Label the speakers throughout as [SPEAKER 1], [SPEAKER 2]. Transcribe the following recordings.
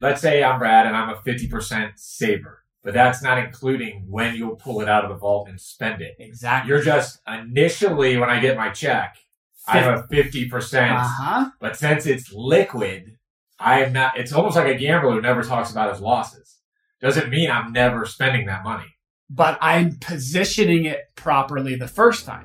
[SPEAKER 1] Let's say I'm Brad and I'm a 50% saver, but that's not including when you'll pull it out of the vault and spend it.
[SPEAKER 2] Exactly.
[SPEAKER 1] You're just initially when I get my check, I have a 50%,
[SPEAKER 2] Uh huh.
[SPEAKER 1] but since it's liquid, I am not, it's almost like a gambler who never talks about his losses. Doesn't mean I'm never spending that money.
[SPEAKER 2] But I'm positioning it properly the first time.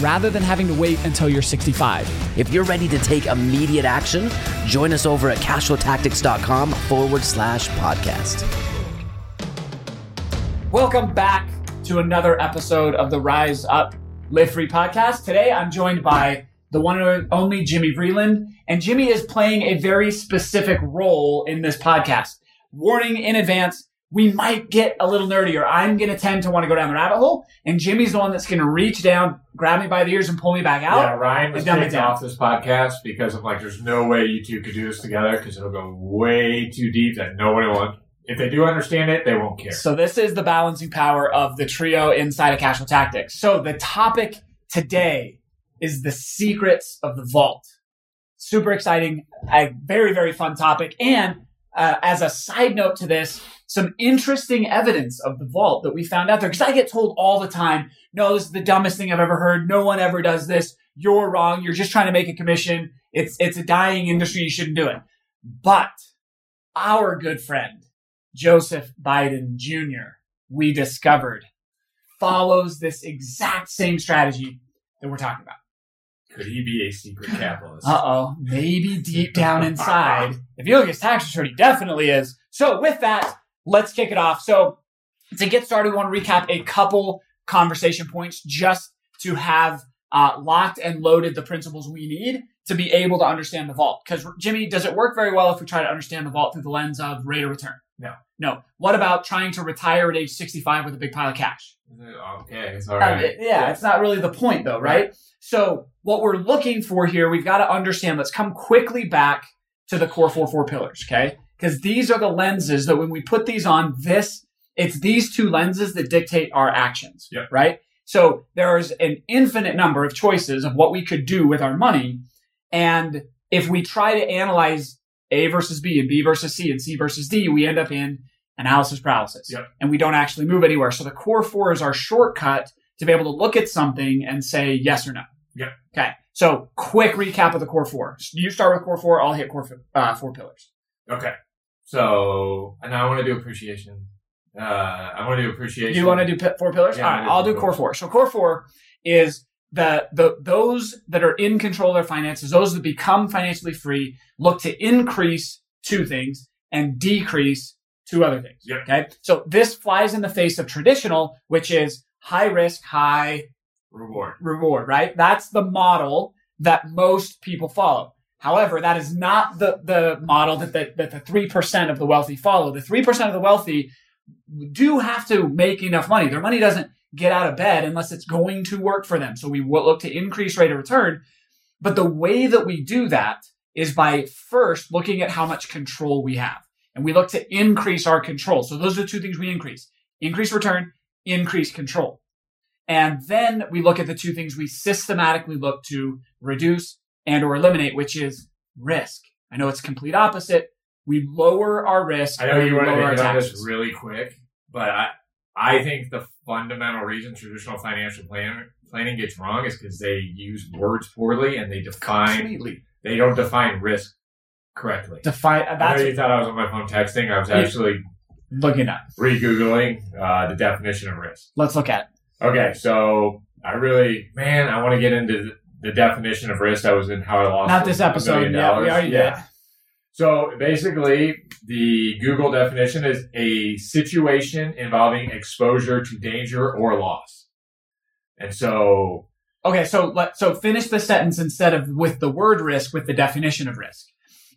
[SPEAKER 3] rather than having to wait until you're 65.
[SPEAKER 4] If you're ready to take immediate action, join us over at cashflowtactics.com forward slash podcast.
[SPEAKER 2] Welcome back to another episode of the Rise Up Live Free podcast. Today I'm joined by the one and only Jimmy Vreeland, and Jimmy is playing a very specific role in this podcast. Warning in advance, we might get a little nerdier. I'm going to tend to want to go down the rabbit hole, and Jimmy's the one that's going to reach down, grab me by the ears, and pull me back out.
[SPEAKER 1] Yeah, Ryan was
[SPEAKER 2] and dumb it
[SPEAKER 1] kicked
[SPEAKER 2] down.
[SPEAKER 1] off this podcast because I'm like, there's no way you two could do this together because it'll go way too deep that nobody will. If they do understand it, they won't care.
[SPEAKER 2] So this is the balancing power of the trio inside of Cashflow Tactics. So the topic today is the secrets of the vault. Super exciting, a very very fun topic. And uh, as a side note to this, some interesting evidence of the vault that we found out there. Because I get told all the time, "No, this is the dumbest thing I've ever heard. No one ever does this. You're wrong. You're just trying to make a commission. It's it's a dying industry. You shouldn't do it." But our good friend Joseph Biden Jr., we discovered, follows this exact same strategy that we're talking about.
[SPEAKER 1] Could he be a secret capitalist?
[SPEAKER 2] Uh oh, maybe deep down inside, if you look at his tax return, he definitely is. So, with that, let's kick it off. So, to get started, we want to recap a couple conversation points just to have uh, locked and loaded the principles we need to be able to understand the vault. Because, Jimmy, does it work very well if we try to understand the vault through the lens of rate of return?
[SPEAKER 1] No.
[SPEAKER 2] No. What about trying to retire at age 65 with a big pile of cash?
[SPEAKER 1] okay, it's all
[SPEAKER 2] Uh,
[SPEAKER 1] right.
[SPEAKER 2] it- yeah, it's not really the point though, right? So what we're looking for here, we've got to understand. Let's come quickly back to the core four four pillars, okay? Because these are the lenses that when we put these on, this it's these two lenses that dictate our actions,
[SPEAKER 1] Yep.
[SPEAKER 2] right? So there's an infinite number of choices of what we could do with our money, and if we try to analyze A versus B and B versus C and C versus D, we end up in analysis paralysis,
[SPEAKER 1] Yep.
[SPEAKER 2] and we don't actually move anywhere. So the core four is our shortcut to be able to look at something and say yes or no.
[SPEAKER 1] Yeah.
[SPEAKER 2] Okay. So quick recap of the core four. You start with core four. I'll hit core four, uh, four pillars.
[SPEAKER 1] Okay, so and I want to do appreciation. Uh, I want to do appreciation.
[SPEAKER 2] You want to do pi- four pillars?
[SPEAKER 1] Yeah,
[SPEAKER 2] All
[SPEAKER 1] I
[SPEAKER 2] right.
[SPEAKER 1] do
[SPEAKER 2] I'll
[SPEAKER 1] four
[SPEAKER 2] do core four. So core four is the, the those that are in control of their finances, those that become financially free, look to increase two things and decrease two other things.
[SPEAKER 1] Yeah.
[SPEAKER 2] Okay. So this flies in the face of traditional, which is high risk, high
[SPEAKER 1] reward.
[SPEAKER 2] reward, right? That's the model that most people follow. However, that is not the, the model that the, that the 3% of the wealthy follow. The 3% of the wealthy do have to make enough money. Their money doesn't get out of bed unless it's going to work for them. So we will look to increase rate of return. But the way that we do that is by first looking at how much control we have. And we look to increase our control. So those are the two things we increase. Increase return, increase control. And then we look at the two things we systematically look to reduce and or eliminate, which is risk. I know it's complete opposite. We lower our risk.
[SPEAKER 1] I know
[SPEAKER 2] and
[SPEAKER 1] you
[SPEAKER 2] we
[SPEAKER 1] want to
[SPEAKER 2] lower our
[SPEAKER 1] hit on
[SPEAKER 2] taxes.
[SPEAKER 1] this really quick, but I I think the fundamental reason traditional financial plan, planning gets wrong is because they use words poorly and they define
[SPEAKER 2] completely
[SPEAKER 1] they don't define risk correctly.
[SPEAKER 2] define. uh,
[SPEAKER 1] I
[SPEAKER 2] That's
[SPEAKER 1] know you thought I was on my phone texting. I was actually
[SPEAKER 2] looking at.
[SPEAKER 1] re-googling uh, the definition of risk.
[SPEAKER 2] Let's look at. It.
[SPEAKER 1] Okay, so I really, man, I want to get into the, the definition of risk. I was in how I lost
[SPEAKER 2] Not this
[SPEAKER 1] a
[SPEAKER 2] episode.
[SPEAKER 1] million
[SPEAKER 2] Yeah, we
[SPEAKER 1] dollars.
[SPEAKER 2] already
[SPEAKER 1] Yeah. So basically, the Google definition is a situation involving exposure to danger or loss. And so,
[SPEAKER 2] did. Okay, so let so finish the sentence instead of with the word risk with the definition of risk.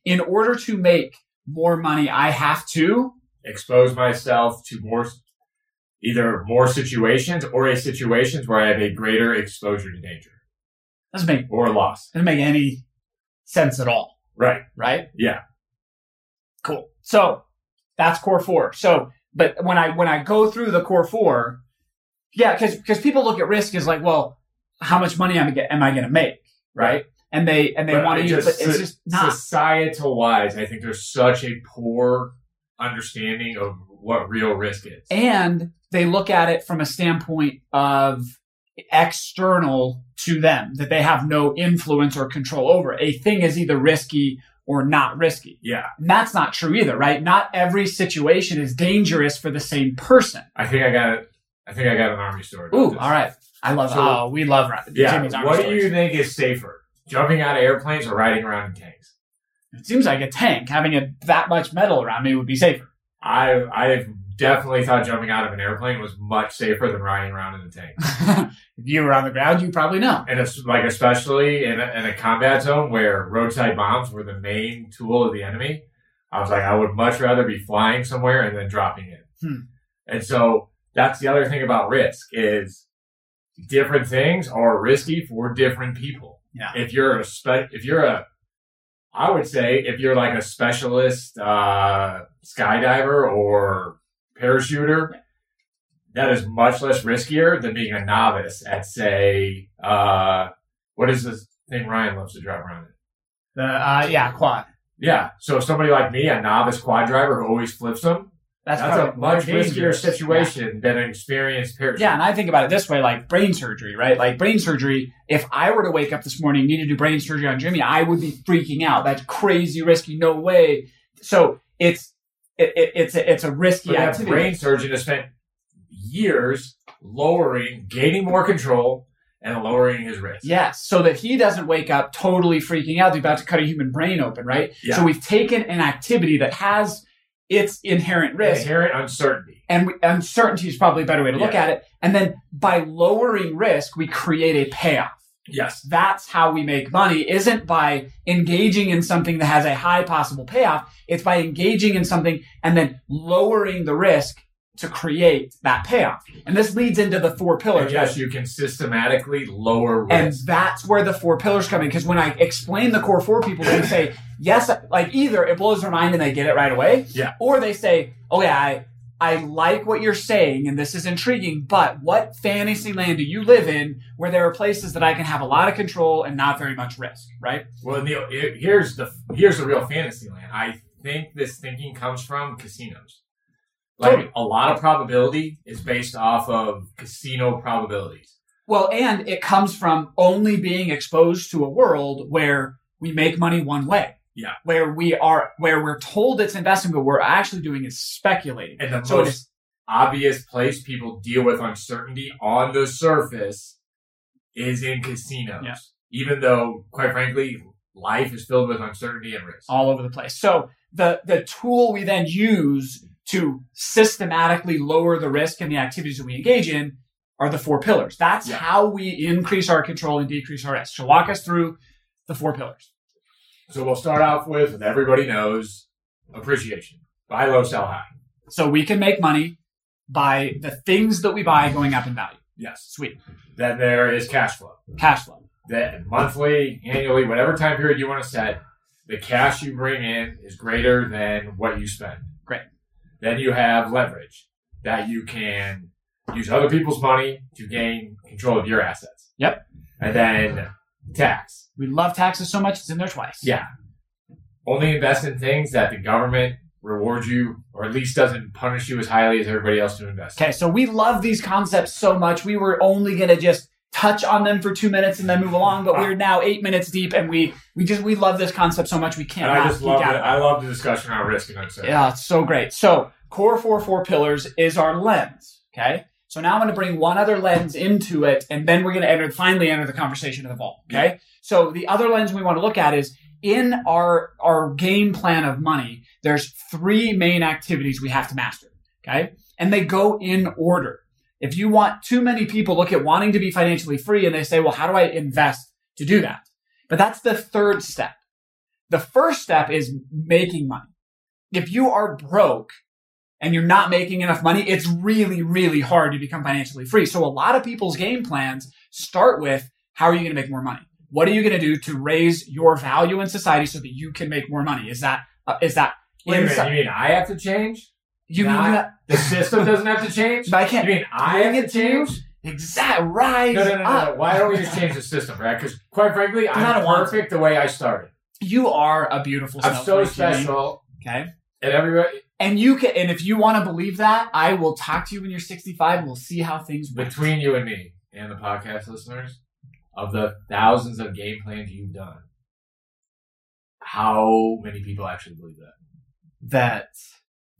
[SPEAKER 2] In order to make more money I have to.
[SPEAKER 1] expose myself to more, either more situations or a situations where I have a greater exposure to danger
[SPEAKER 2] Doesn't make
[SPEAKER 1] or loss.
[SPEAKER 2] doesn't make any sense at all,
[SPEAKER 1] Right.
[SPEAKER 2] right?
[SPEAKER 1] Yeah.
[SPEAKER 2] Cool. So that's core four. So, but when I when I go through the core four, yeah, because because people look at risk as like, well, how much money am I get, am I going to make, right? And they and they
[SPEAKER 1] But
[SPEAKER 2] want
[SPEAKER 1] I
[SPEAKER 2] to use,
[SPEAKER 1] just-
[SPEAKER 2] but it's just not.
[SPEAKER 1] Societal wise, I think there's such a poor understanding of what real risk is.
[SPEAKER 2] and they look at it from a standpoint of external to them that they have no influence or control over. A thing is either risky or not risky.
[SPEAKER 1] yeah.
[SPEAKER 2] And that's not true either, right? Not every situation is dangerous for the same person.
[SPEAKER 1] I think I got I think I got an army story. about
[SPEAKER 2] Ooh,
[SPEAKER 1] this.
[SPEAKER 2] all right. I love
[SPEAKER 1] So-
[SPEAKER 2] oh, we love Ra-
[SPEAKER 1] Yeah.
[SPEAKER 2] Jimmy's army
[SPEAKER 1] what do
[SPEAKER 2] stories.
[SPEAKER 1] you think is safer? Jumping out of airplanes or riding around in tanks?
[SPEAKER 2] It seems like a tank having a, that much metal around me would be safer.
[SPEAKER 1] I've I've definitely thought jumping out of an airplane was much safer than riding around in a tank.
[SPEAKER 2] if you were on the ground, you probably know.
[SPEAKER 1] And it's like especially in a, in a combat zone where roadside bombs were the main tool of the enemy, I was like, I would much rather be flying somewhere and then dropping it.
[SPEAKER 2] Hmm.
[SPEAKER 1] And so that's the other thing about risk is different things are risky for different people.
[SPEAKER 2] Yeah.
[SPEAKER 1] If you're a spe- if you're a, I would say if you're like a specialist uh, skydiver or parachuter, that is much less riskier than being a novice at say uh what is this thing Ryan loves to drive around in?
[SPEAKER 2] The uh, yeah, quad.
[SPEAKER 1] Yeah. So somebody like me, a novice quad driver who always flips them,
[SPEAKER 2] That's,
[SPEAKER 1] that's, a
[SPEAKER 2] probably more
[SPEAKER 1] much riskier
[SPEAKER 2] dangerous. Yeah.
[SPEAKER 1] situation than an experienced parachute.
[SPEAKER 2] Yeah, and I think about it this way, like brain surgery, right? Like brain surgery, if I were to wake up this morning and need to do brain surgery on Jimmy, I would be freaking out. That's crazy risky, no way. So it's it, it, it's a, it's a risky
[SPEAKER 1] But that
[SPEAKER 2] activity.
[SPEAKER 1] brain surgeon has spent years lowering, gaining more control, and lowering his risk.
[SPEAKER 2] Yes, so that he doesn't wake up totally freaking out. They're about to cut a human brain open, right?
[SPEAKER 1] Yeah.
[SPEAKER 2] So we've taken an activity that has its inherent risk
[SPEAKER 1] Inherent uncertainty.
[SPEAKER 2] and we, uncertainty is probably a better way to look
[SPEAKER 1] Yeah.
[SPEAKER 2] at it. And then by lowering risk, we create a payoff.
[SPEAKER 1] Yes.
[SPEAKER 2] that's how we make money isn't by engaging in something that has a high possible payoff. It's by engaging in something and then lowering the risk to create that payoff. And this leads into the four
[SPEAKER 1] And
[SPEAKER 2] pillars.
[SPEAKER 1] yes, you can systematically lower risk.
[SPEAKER 2] And that's where the four pillars come in. Because when I explain the core four, people they say, yes, like either it blows their mind and they get it right away.
[SPEAKER 1] Yeah.
[SPEAKER 2] Or they say, oh yeah, I, I like what you're saying and this is intriguing, but what fantasy land do you live in where there are places that I can have a lot of control and not very much risk, right?
[SPEAKER 1] Well, Neil, it, here's the here's the real fantasy land. I think this thinking comes from casinos. Like
[SPEAKER 2] Totally.
[SPEAKER 1] a lot of probability is based off of casino probabilities.
[SPEAKER 2] Well, and it comes from only being exposed to a world where we make money one way.
[SPEAKER 1] Yeah.
[SPEAKER 2] Where we are, where we're told it's investing, but we're actually doing is speculating.
[SPEAKER 1] And the
[SPEAKER 2] So it
[SPEAKER 1] most
[SPEAKER 2] is
[SPEAKER 1] obvious place people deal with uncertainty on the surface is in casinos.
[SPEAKER 2] Yeah.
[SPEAKER 1] Even though, quite frankly, life is filled with uncertainty and risk.
[SPEAKER 2] all over the place. So the the tool we then use to systematically lower the risk in the activities that we engage in are the four pillars. That's
[SPEAKER 1] Yeah.
[SPEAKER 2] how we increase our control and decrease our risk. So walk us through the four pillars.
[SPEAKER 1] So we'll start off with, and everybody knows, appreciation. Buy low, sell high.
[SPEAKER 2] So we can make money by the things that we buy going up in value.
[SPEAKER 1] Yes.
[SPEAKER 2] Sweet.
[SPEAKER 1] Then there is cash flow.
[SPEAKER 2] Cash flow.
[SPEAKER 1] that monthly, annually, whatever time period you want to set, the cash you bring in is greater than what you spend.
[SPEAKER 2] Great.
[SPEAKER 1] Then you have leverage that you can use other people's money to gain control of your assets.
[SPEAKER 2] Yep.
[SPEAKER 1] And then tax.
[SPEAKER 2] We love taxes so much it's in there twice.
[SPEAKER 1] Yeah. Only invest in things that the government rewards you or at least doesn't punish you as highly as everybody else to invest. in.
[SPEAKER 2] Okay, so we love these concepts so much. We were only gonna just touch on them for two minutes and then move along,
[SPEAKER 1] Uh,
[SPEAKER 2] but we're now eight minutes deep, and we we just we love this concept so much we can't.
[SPEAKER 1] And I just love it. I love the discussion on risk and uncertainty.
[SPEAKER 2] Yeah, it's so great. So core four four pillars is our lens. Okay, so now I'm going to bring one other lens into it, and then we're going to enter finally enter the conversation of the vault. Okay, so the other lens we want to look at is in our our game plan of money. There's three main activities we have to master. Okay, and they go in order. If you want too many people look at wanting to be financially free and they say, well, how do I invest to do that? But that's the third step. The first step is making money. if you are broke and you're not making enough money, it's really, really hard to become financially free. So a lot of people's game plans start with how are you going to make more money? What are you going to do to raise your value in society so that you can make more money? Is that uh, is that
[SPEAKER 1] Wait a minute,
[SPEAKER 2] inside-
[SPEAKER 1] you mean I have to change?
[SPEAKER 2] you mean
[SPEAKER 1] Not-
[SPEAKER 2] that?
[SPEAKER 1] The system doesn't have to change?
[SPEAKER 2] But I can't
[SPEAKER 1] You mean I
[SPEAKER 2] bring
[SPEAKER 1] have
[SPEAKER 2] it
[SPEAKER 1] to
[SPEAKER 2] to you?
[SPEAKER 1] change?
[SPEAKER 2] exact rise
[SPEAKER 1] No, no, no, no,
[SPEAKER 2] up.
[SPEAKER 1] no. Why don't we just change the system, right? Because quite frankly,
[SPEAKER 2] I
[SPEAKER 1] I'm
[SPEAKER 2] don't want
[SPEAKER 1] perfect the way I started.
[SPEAKER 2] You are a beautiful.
[SPEAKER 1] I'm so
[SPEAKER 2] snowflake, Jimmy.
[SPEAKER 1] special,
[SPEAKER 2] Okay.
[SPEAKER 1] and everybody
[SPEAKER 2] And you can, and if you want to believe that, I will talk to you when you're 65. We'll see how things went.
[SPEAKER 1] between you and me and the podcast listeners, of the thousands of game plans you've done, how many people actually believe that
[SPEAKER 2] that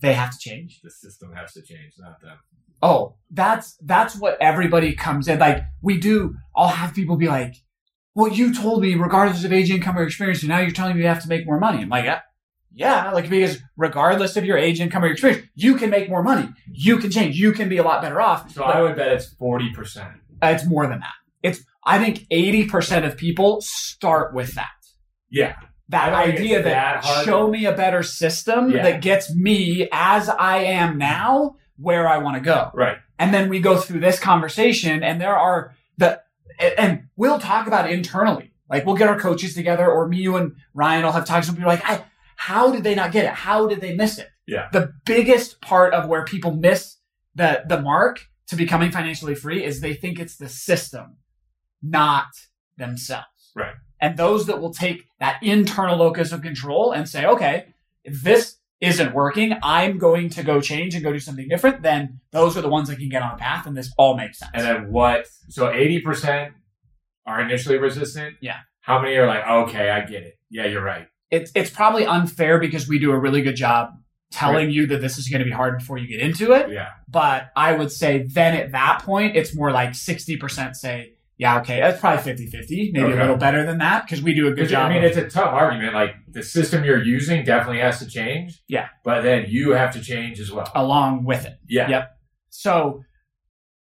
[SPEAKER 2] they have to change.
[SPEAKER 1] the system has to change, not them?
[SPEAKER 2] Oh, that's that's what everybody comes in. Like we do. I'll have people be like, "Well, you told me, regardless of age, income, or experience, and now you're telling me you have to make more money." I'm like, "Yeah, yeah." Like because regardless of your age, income, or experience, you can make more money. You can change. You can be a lot better off.
[SPEAKER 1] So
[SPEAKER 2] But-
[SPEAKER 1] I would bet it's forty percent.
[SPEAKER 2] Uh, it's more than that. It's I think eighty percent of people start with that.
[SPEAKER 1] Yeah.
[SPEAKER 2] That
[SPEAKER 1] I don't think
[SPEAKER 2] idea
[SPEAKER 1] it's
[SPEAKER 2] that,
[SPEAKER 1] that hard.
[SPEAKER 2] show me a better system
[SPEAKER 1] Yeah.
[SPEAKER 2] that gets me as I am now where I want to go.
[SPEAKER 1] Right.
[SPEAKER 2] And then we go through this conversation and there are the a- and we'll talk about it internally. Like we'll get our coaches together or me, you and Ryan will have talks and people like, I how did they not get it? How did they miss it?
[SPEAKER 1] Yeah.
[SPEAKER 2] The biggest part of where people miss the the mark to becoming financially free is they think it's the system, not themselves.
[SPEAKER 1] Right.
[SPEAKER 2] And those that will take that internal locus of control and say, okay, if this isn't working, I'm going to go change and go do something different, then those are the ones that can get on a path and this all makes sense.
[SPEAKER 1] And then what? So eighty percent are initially resistant.
[SPEAKER 2] Yeah.
[SPEAKER 1] How many are like, okay, I get it. Yeah, you're right.
[SPEAKER 2] it's it's probably unfair because we do a really good job telling you that this is going to be hard before you get into it.
[SPEAKER 1] Yeah.
[SPEAKER 2] But I would say then at that point, it's more like 60% say, yeah, okay, that's probably 50 50, maybe a
[SPEAKER 1] Okay.
[SPEAKER 2] little better than that because we do a good
[SPEAKER 1] Because, I
[SPEAKER 2] job.
[SPEAKER 1] mean,
[SPEAKER 2] of-
[SPEAKER 1] it's a tough argument. Like the system you're using definitely has to change.
[SPEAKER 2] Yeah.
[SPEAKER 1] But then you have to change as well.
[SPEAKER 2] along with it.
[SPEAKER 1] yeah.
[SPEAKER 2] yeah. So,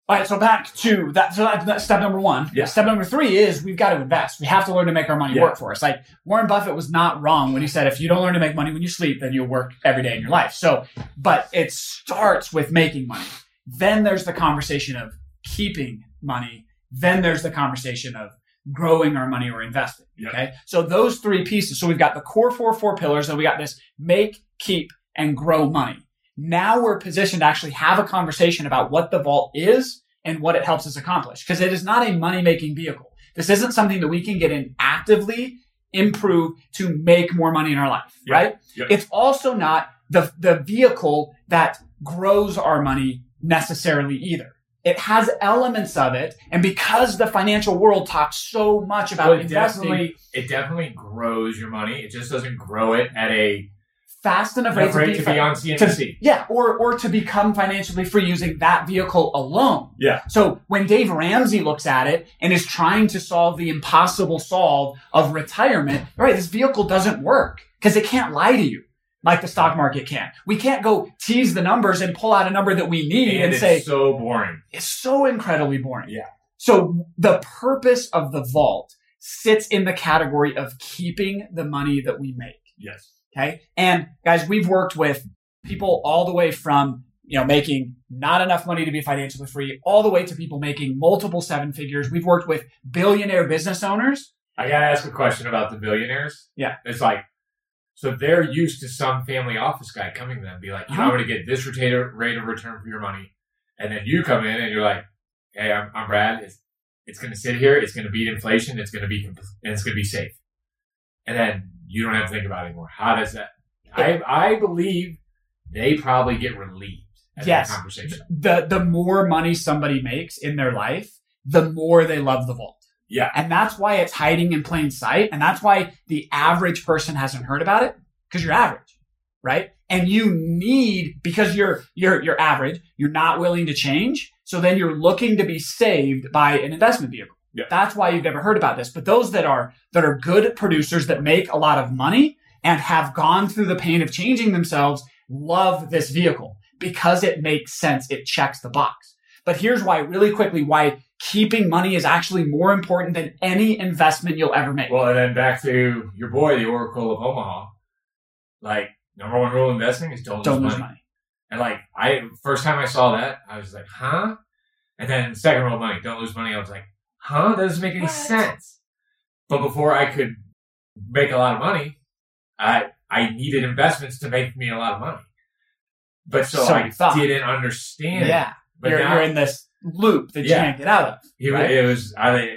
[SPEAKER 2] all right, so back to that. So that's that's step number one.
[SPEAKER 1] Yeah.
[SPEAKER 2] Step number three is we've got to invest. We have to learn to make our money
[SPEAKER 1] Yeah.
[SPEAKER 2] work for us. Like Warren Buffett was not wrong when he said, if you don't learn to make money when you sleep, then you'll work every day in your life. So, but it starts with making money. Then there's the conversation of keeping money. Then there's the conversation of growing our money or investing.
[SPEAKER 1] Yeah.
[SPEAKER 2] Okay. So those three pieces. So we've got the core four, four pillars. Then we got this make, keep, and grow money. Now we're positioned to actually have a conversation about what the vault is and what it helps us accomplish because it is not a money making vehicle. This isn't something that we can get in actively improve to make more money in our life,
[SPEAKER 1] Yeah.
[SPEAKER 2] right?
[SPEAKER 1] Yeah.
[SPEAKER 2] It's also not the, the vehicle that grows our money necessarily either. It has elements of it. And because the financial world talks so much about
[SPEAKER 1] So Oh, it
[SPEAKER 2] investing
[SPEAKER 1] definitely it definitely grows your money. It just doesn't grow it at a
[SPEAKER 2] fast enough rate
[SPEAKER 1] enough rate to
[SPEAKER 2] fi-
[SPEAKER 1] be on
[SPEAKER 2] to,
[SPEAKER 1] CNBC.
[SPEAKER 2] yeah, or or to become financially free using that vehicle alone.
[SPEAKER 1] Yeah.
[SPEAKER 2] So when Dave Ramsey looks at it and is trying to solve the impossible solve of retirement, all right, this vehicle doesn't work because it can't lie to you like the stock market can. We can't go tease the numbers and pull out a number that we need
[SPEAKER 1] And
[SPEAKER 2] and,
[SPEAKER 1] it's
[SPEAKER 2] say
[SPEAKER 1] so boring.
[SPEAKER 2] it's so incredibly boring.
[SPEAKER 1] Yeah.
[SPEAKER 2] So the purpose of the vault sits in the category of keeping the money that we make.
[SPEAKER 1] Yes.
[SPEAKER 2] Okay. And guys, we've worked with people all the way from, you know, making not enough money to be financially free, all the way to people making multiple seven figures. We've worked with billionaire business owners.
[SPEAKER 1] I gotta ask a question about the billionaires.
[SPEAKER 2] Yeah.
[SPEAKER 1] It's like so they're used to some family office guy coming to them and be like, you know, I'm gonna get this retainer rate of return for your money. And then you come in and you're like, Hey, I'm, I'm Brad. It's, it's gonna sit here, it's gonna beat inflation, it's gonna be comp- and it's gonna be safe. And then you don't have to think about it anymore. How does that I I believe they probably get relieved at
[SPEAKER 2] Yes.
[SPEAKER 1] that conversation.
[SPEAKER 2] The, the more money somebody makes in their life, the more they love the vault.
[SPEAKER 1] Yeah.
[SPEAKER 2] And that's why it's hiding in plain sight. And that's why the average person hasn't heard about it because you're average, right? And you need, because you're, you're, you're average, you're not willing to change. So then you're looking to be saved by an investment vehicle.
[SPEAKER 1] Yeah.
[SPEAKER 2] That's why you've never heard about this. But those that are, that are good producers that make a lot of money and have gone through the pain of changing themselves love this vehicle because it makes sense. It checks the box. But here's why really quickly, why keeping money is actually more important than any investment you'll ever make.
[SPEAKER 1] Well, and then back to your boy, the Oracle of Omaha. Like number one rule of investing is don't,
[SPEAKER 2] Don't
[SPEAKER 1] lose
[SPEAKER 2] lose
[SPEAKER 1] money.
[SPEAKER 2] money.
[SPEAKER 1] And like I first time I saw that, I was like, huh? And then second rule of money, don't lose money. I was like, huh? That doesn't make any
[SPEAKER 2] What?
[SPEAKER 1] sense. But before I could make a lot of money, I I needed investments to make me a lot of money. But so,
[SPEAKER 2] So
[SPEAKER 1] I
[SPEAKER 2] you thought.
[SPEAKER 1] didn't understand.
[SPEAKER 2] Yeah.
[SPEAKER 1] it. But
[SPEAKER 2] you're,
[SPEAKER 1] now
[SPEAKER 2] you're in this loop that you
[SPEAKER 1] Yeah.
[SPEAKER 2] can't get out of.
[SPEAKER 1] he,
[SPEAKER 2] right?
[SPEAKER 1] it was I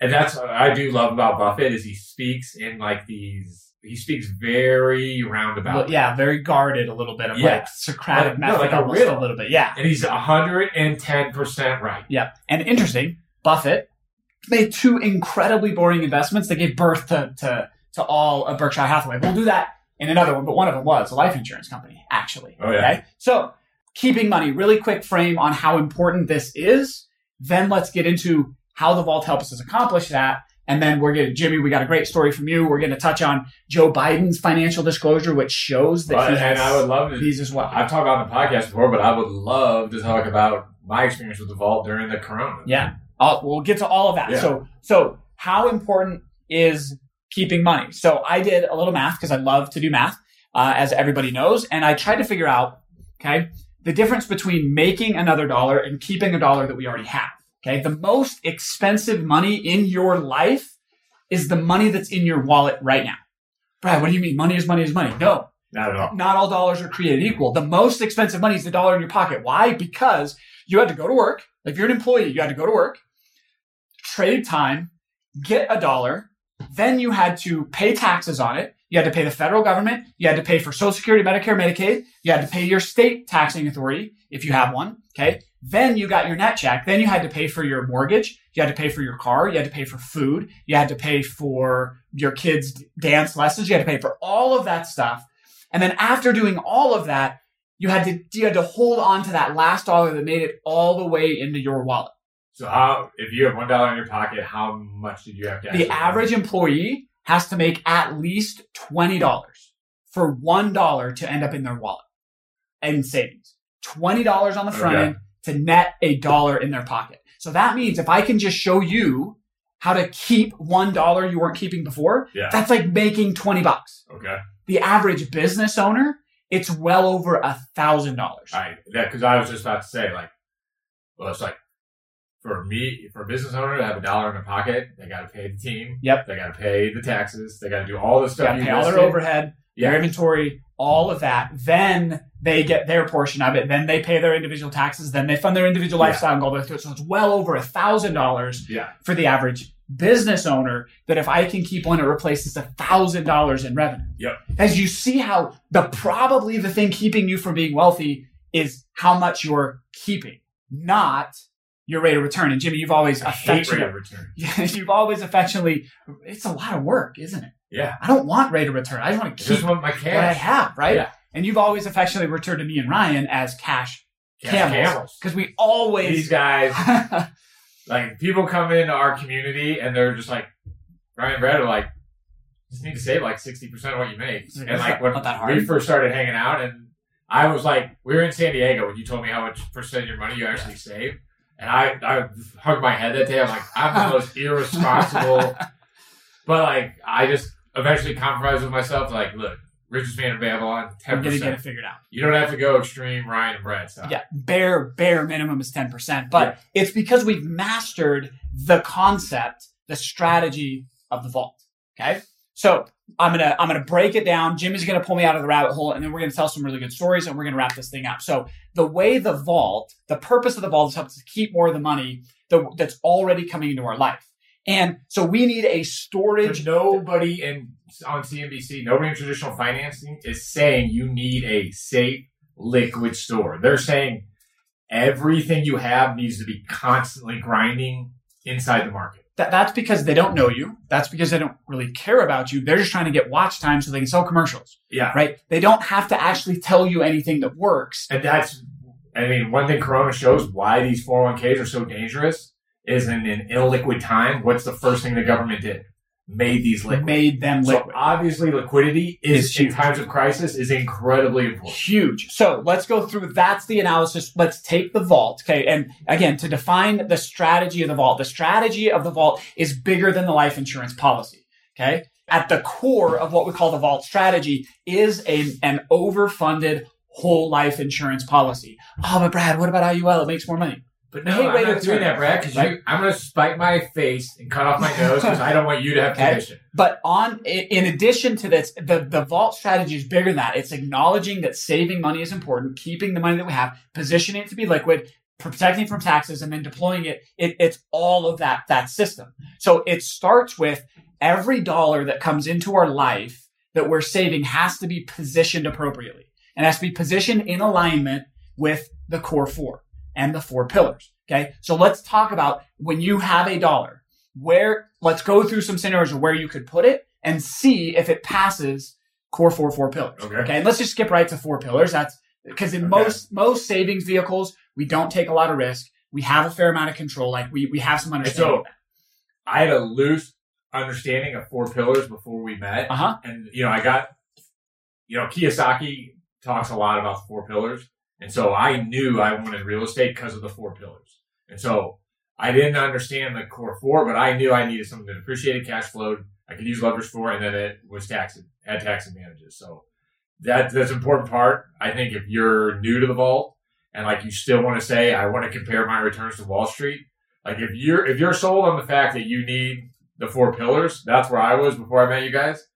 [SPEAKER 1] and that's what I do love about Buffett is he speaks in like these he speaks very roundabout.
[SPEAKER 2] Well, yeah, very guarded a little bit of
[SPEAKER 1] Yeah.
[SPEAKER 2] like Socratic
[SPEAKER 1] Like, no,
[SPEAKER 2] method
[SPEAKER 1] like a
[SPEAKER 2] almost
[SPEAKER 1] riddle.
[SPEAKER 2] a little bit. Yeah.
[SPEAKER 1] And he's hundred and ten percent right.
[SPEAKER 2] Yeah. And interesting, Buffett made two incredibly boring investments that gave birth to, to, to all of Berkshire Hathaway. We'll do that in another one, but one of them was a life insurance company, actually.
[SPEAKER 1] Oh, yeah.
[SPEAKER 2] Okay. So keeping money, really quick frame on how important this is. Then let's get into how the vault helps us accomplish that. And then we're going to, Jimmy, we got a great story from you. We're going to touch on Joe Biden's financial disclosure, which shows that
[SPEAKER 1] But,
[SPEAKER 2] he
[SPEAKER 1] and
[SPEAKER 2] has
[SPEAKER 1] I would love to
[SPEAKER 2] these as well.
[SPEAKER 1] I've talked about it on the podcast before, but I would love to talk about my experience with the vault during the corona.
[SPEAKER 2] Yeah, I'll, we'll get to all of that.
[SPEAKER 1] Yeah.
[SPEAKER 2] So, so how important is keeping money? So I did a little math because I love to do math, uh, as everybody knows, and I tried to figure out, okay, the difference between making another dollar and keeping a dollar that we already have. Okay, the most expensive money in your life is the money that's in your wallet right now. Brad, what do you mean? Money is money is money. No,
[SPEAKER 1] Not at all.
[SPEAKER 2] not all dollars are created equal. The most expensive money is the dollar in your pocket. Why? Because you had to go to work. If you're an employee, you had to go to work, trade time, get a dollar. Then you had to pay taxes on it. You had to pay the federal government. You had to pay for Social Security, Medicare, Medicaid. You had to pay your state taxing authority if you have one. Okay. Then you got your net check. Then you had to pay for your mortgage. You had to pay for your car. You had to pay for food. You had to pay for your kids' dance lessons. You had to pay for all of that stuff. And then after doing all of that, you had to you had to hold on to that last dollar that made it all the way into your wallet.
[SPEAKER 1] So how if you have one dollar in your pocket, how much did you have to
[SPEAKER 2] The
[SPEAKER 1] actually-
[SPEAKER 2] average employee has to make at least twenty dollars for one dollar to end up in their wallet and savings. Twenty dollars on the front
[SPEAKER 1] Okay.
[SPEAKER 2] end to net a dollar in their pocket. So that means if I can just show you how to keep one dollar you weren't keeping before,
[SPEAKER 1] Yeah.
[SPEAKER 2] that's like making twenty bucks.
[SPEAKER 1] Okay.
[SPEAKER 2] The average business owner, it's well over a thousand dollars.
[SPEAKER 1] I that because I was just about to say like, well, it's like for me for a business owner to have a dollar in their pocket, they got to pay the team.
[SPEAKER 2] Yep.
[SPEAKER 1] They got to pay the taxes. They got to do all the
[SPEAKER 2] You
[SPEAKER 1] stuff.
[SPEAKER 2] gotta
[SPEAKER 1] you
[SPEAKER 2] pay all their
[SPEAKER 1] listed.
[SPEAKER 2] overhead,
[SPEAKER 1] Yeah.
[SPEAKER 2] their inventory, all of that. Then they get their portion of it. Then they pay their individual taxes. Then they fund their individual
[SPEAKER 1] Yeah.
[SPEAKER 2] lifestyle and go through it. So it's well over a thousand dollars
[SPEAKER 1] Yeah.
[SPEAKER 2] for the average business owner. That if I can keep one, it replaces a thousand dollars in revenue.
[SPEAKER 1] Yep.
[SPEAKER 2] As you see, how the probably the thing keeping you from being wealthy is how much you're keeping, not your rate of return. And Jimmy, you've always
[SPEAKER 1] I hate rate
[SPEAKER 2] affectionately,
[SPEAKER 1] of return.
[SPEAKER 2] you've always affectionately. It's a lot of work, isn't it?
[SPEAKER 1] Yeah.
[SPEAKER 2] I don't want rate of return. I just want
[SPEAKER 1] I
[SPEAKER 2] to keep
[SPEAKER 1] just want my
[SPEAKER 2] what I
[SPEAKER 1] cash.
[SPEAKER 2] have, right?
[SPEAKER 1] Yeah.
[SPEAKER 2] And you've always affectionately referred to me and Ryan as cash
[SPEAKER 1] Cash
[SPEAKER 2] camels because we always.
[SPEAKER 1] These guys like people come into our community and they're just like Ryan and Brad are like just need to save like sixty percent of what you make.
[SPEAKER 2] It's like,
[SPEAKER 1] And
[SPEAKER 2] it's
[SPEAKER 1] like
[SPEAKER 2] not-
[SPEAKER 1] when
[SPEAKER 2] not that hard.
[SPEAKER 1] we first started hanging out and I was like we were in San Diego when you told me how much percent of your money you actually save. And I, I hugged my head that day. I'm like, I'm the most irresponsible. But like I just eventually compromised with myself, like, look, richest man in Babylon,
[SPEAKER 2] I'm
[SPEAKER 1] ten
[SPEAKER 2] gonna get it
[SPEAKER 1] percent.
[SPEAKER 2] figured out.
[SPEAKER 1] You don't have to go extreme Ryan and Brad style.
[SPEAKER 2] Yeah, bare bare minimum is ten percent, but it's because we've mastered the concept, the strategy of the vault. Okay, so I'm gonna I'm gonna break it down. Jimmy's gonna pull me out of the rabbit hole, and then we're gonna tell some really good stories, and we're gonna wrap this thing up. So the way the vault, the purpose of the vault is helps to keep more of the money that, that's already coming into our life, and so we need a storage
[SPEAKER 1] But nobody in on CNBC, nobody in traditional financing is saying you need a safe liquid store. They're saying everything you have needs to be constantly grinding inside the market.
[SPEAKER 2] that that's because they don't know you. That's because they don't really care about you. They're just trying to get watch time so they can sell commercials,
[SPEAKER 1] Yeah,
[SPEAKER 2] right? They don't have to actually tell you anything that works.
[SPEAKER 1] and that's I mean one thing Corona shows why these 401ks are so dangerous is in an illiquid time. What's the first thing the government did? Made these liquid.
[SPEAKER 2] Made them
[SPEAKER 1] so
[SPEAKER 2] liquid.
[SPEAKER 1] obviously, liquidity is
[SPEAKER 2] It's
[SPEAKER 1] in
[SPEAKER 2] huge.
[SPEAKER 1] times of crisis is incredibly important.
[SPEAKER 2] Huge. So let's go through. That's the analysis. Let's take the vault. Okay. And again, to define the strategy of the vault, the strategy of the vault is bigger than the life insurance policy. Okay. at the core of what we call the vault strategy is a, an overfunded whole life insurance policy. Oh, but Brad, what about IUL? It makes more money.
[SPEAKER 1] But
[SPEAKER 2] Hey,
[SPEAKER 1] no,
[SPEAKER 2] wait
[SPEAKER 1] I'm
[SPEAKER 2] a
[SPEAKER 1] not doing
[SPEAKER 2] turn.
[SPEAKER 1] that, Brad, because
[SPEAKER 2] Right.
[SPEAKER 1] I'm going to spite my face and cut off my nose because I don't want you to have
[SPEAKER 2] Okay.
[SPEAKER 1] condition.
[SPEAKER 2] But on i- in addition to this, the, the vault strategy is bigger than that. It's acknowledging that saving money is important, keeping the money that we have, positioning it to be liquid, protecting from taxes, and then deploying it. it it's all of that that system. So it starts with every dollar that comes into our life that we're saving has to be positioned appropriately and has to be positioned in alignment with the core four and the four pillars. Okay. So let's talk about when you have a dollar, where let's go through some scenarios of where you could put it and see if it passes core four four pillars.
[SPEAKER 1] Okay.
[SPEAKER 2] Okay. And let's just skip right to four pillars. That's because in
[SPEAKER 1] Okay.
[SPEAKER 2] most most savings vehicles, we don't take a lot of risk. We have a fair amount of control. Like we we have some
[SPEAKER 1] so-
[SPEAKER 2] understanding.
[SPEAKER 1] I had a loose understanding of four pillars before we met.
[SPEAKER 2] uh huh.
[SPEAKER 1] And, you know, I got, you know, Kiyosaki talks a lot about the four pillars. And so I knew I wanted real estate because of the four pillars. And so I didn't understand the core four, but I knew I needed something that appreciated cash flow. I could use leverage for, and then it was tax, had tax advantages. So that, that's an important part. I think if you're new to the vault and like you still want to say, I want to compare my returns to Wall Street. Like if you're, if you're sold on the fact that you need the four pillars, that's where I was before I met you guys.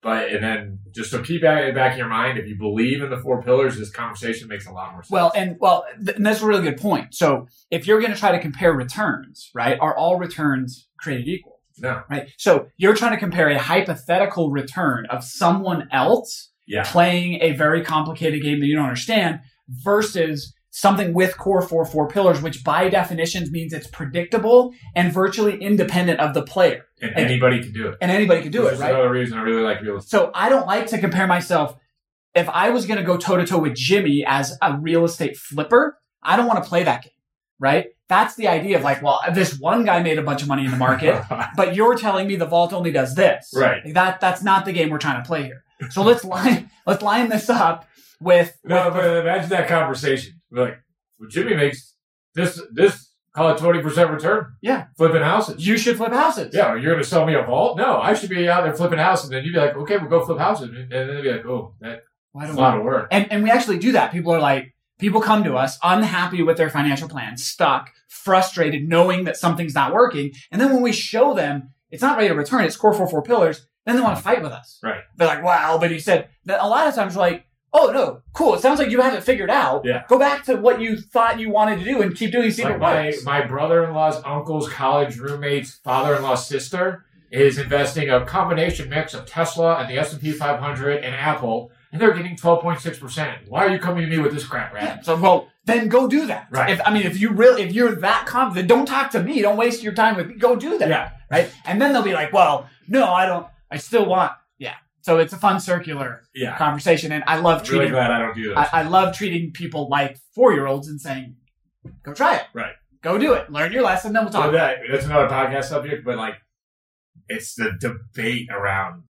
[SPEAKER 1] But, and then just so keep that in the back of your mind. If you believe in the four pillars, this conversation makes a lot more sense.
[SPEAKER 2] Well, and well, th- and that's a really good point. So if you're going to try to compare returns, right, are all returns created equal?
[SPEAKER 1] no,
[SPEAKER 2] Right. So you're trying to compare a hypothetical return of someone else
[SPEAKER 1] yeah.
[SPEAKER 2] playing a very complicated game that you don't understand versus something with core four four pillars, which by definitions means it's predictable and virtually independent of the player,
[SPEAKER 1] And
[SPEAKER 2] And-
[SPEAKER 1] anybody can do it.
[SPEAKER 2] and anybody can do
[SPEAKER 1] This
[SPEAKER 2] it,
[SPEAKER 1] is
[SPEAKER 2] right?
[SPEAKER 1] Another reason I really like real estate.
[SPEAKER 2] So I don't like to compare myself. If I was going to go toe to toe with Jimmy as a real estate flipper, I don't want to play that game, right? That's the idea of like, well, this one guy made a bunch of money in the market but you're telling me the vault only does this.
[SPEAKER 1] Right.
[SPEAKER 2] Like, that that's not the game we're trying to play here. So let's line let's line this up with
[SPEAKER 1] no, but imagine that conversation. We're like, well, Jimmy makes this this call it twenty percent return.
[SPEAKER 2] Yeah.
[SPEAKER 1] flipping houses.
[SPEAKER 2] you should flip houses.
[SPEAKER 1] Yeah, or you're gonna sell me a vault? No, I should be out there flipping houses. And then you'd be like, okay, we'll go flip houses. And then they'd be like, oh, that's
[SPEAKER 2] Why
[SPEAKER 1] a
[SPEAKER 2] don't
[SPEAKER 1] lot
[SPEAKER 2] we?
[SPEAKER 1] of work.
[SPEAKER 2] And and we actually do that. People are like people come to us unhappy with their financial plan, stuck, frustrated, knowing that something's not working, and then when we show them it's not rate of return, it's core four four pillars, then they want to fight with us.
[SPEAKER 1] Right.
[SPEAKER 2] They're like, wow, but he said that a lot of times we're like, oh no, cool. It sounds like you have it figured out.
[SPEAKER 1] Yeah.
[SPEAKER 2] Go back to what you thought you wanted to do and keep doing see
[SPEAKER 1] Like
[SPEAKER 2] what
[SPEAKER 1] my
[SPEAKER 2] works.
[SPEAKER 1] my brother in law's uncle's college roommate's father in law's sister is investing a combination mix of Tesla and the S and P 500 and Apple, and they're getting 12.6 percent. Why are you coming to me with this crap, Brad?
[SPEAKER 2] Yeah, So, well, then go do that.
[SPEAKER 1] Right.
[SPEAKER 2] If, I mean, if you really, if you're that confident, don't talk to me. Don't waste your time with me. Go do that. Right. And then they'll be like, well, no, I don't. I still want. Yeah. So it's a fun circular
[SPEAKER 1] yeah.
[SPEAKER 2] conversation, and I love
[SPEAKER 1] I'm really
[SPEAKER 2] treating.
[SPEAKER 1] glad I don't do those.
[SPEAKER 2] I, I love treating people like four year olds and saying, go try it.
[SPEAKER 1] Right.
[SPEAKER 2] Go do it. Learn your lesson. Then we'll talk.
[SPEAKER 1] Well, that, that's another podcast subject, but like, it's the debate around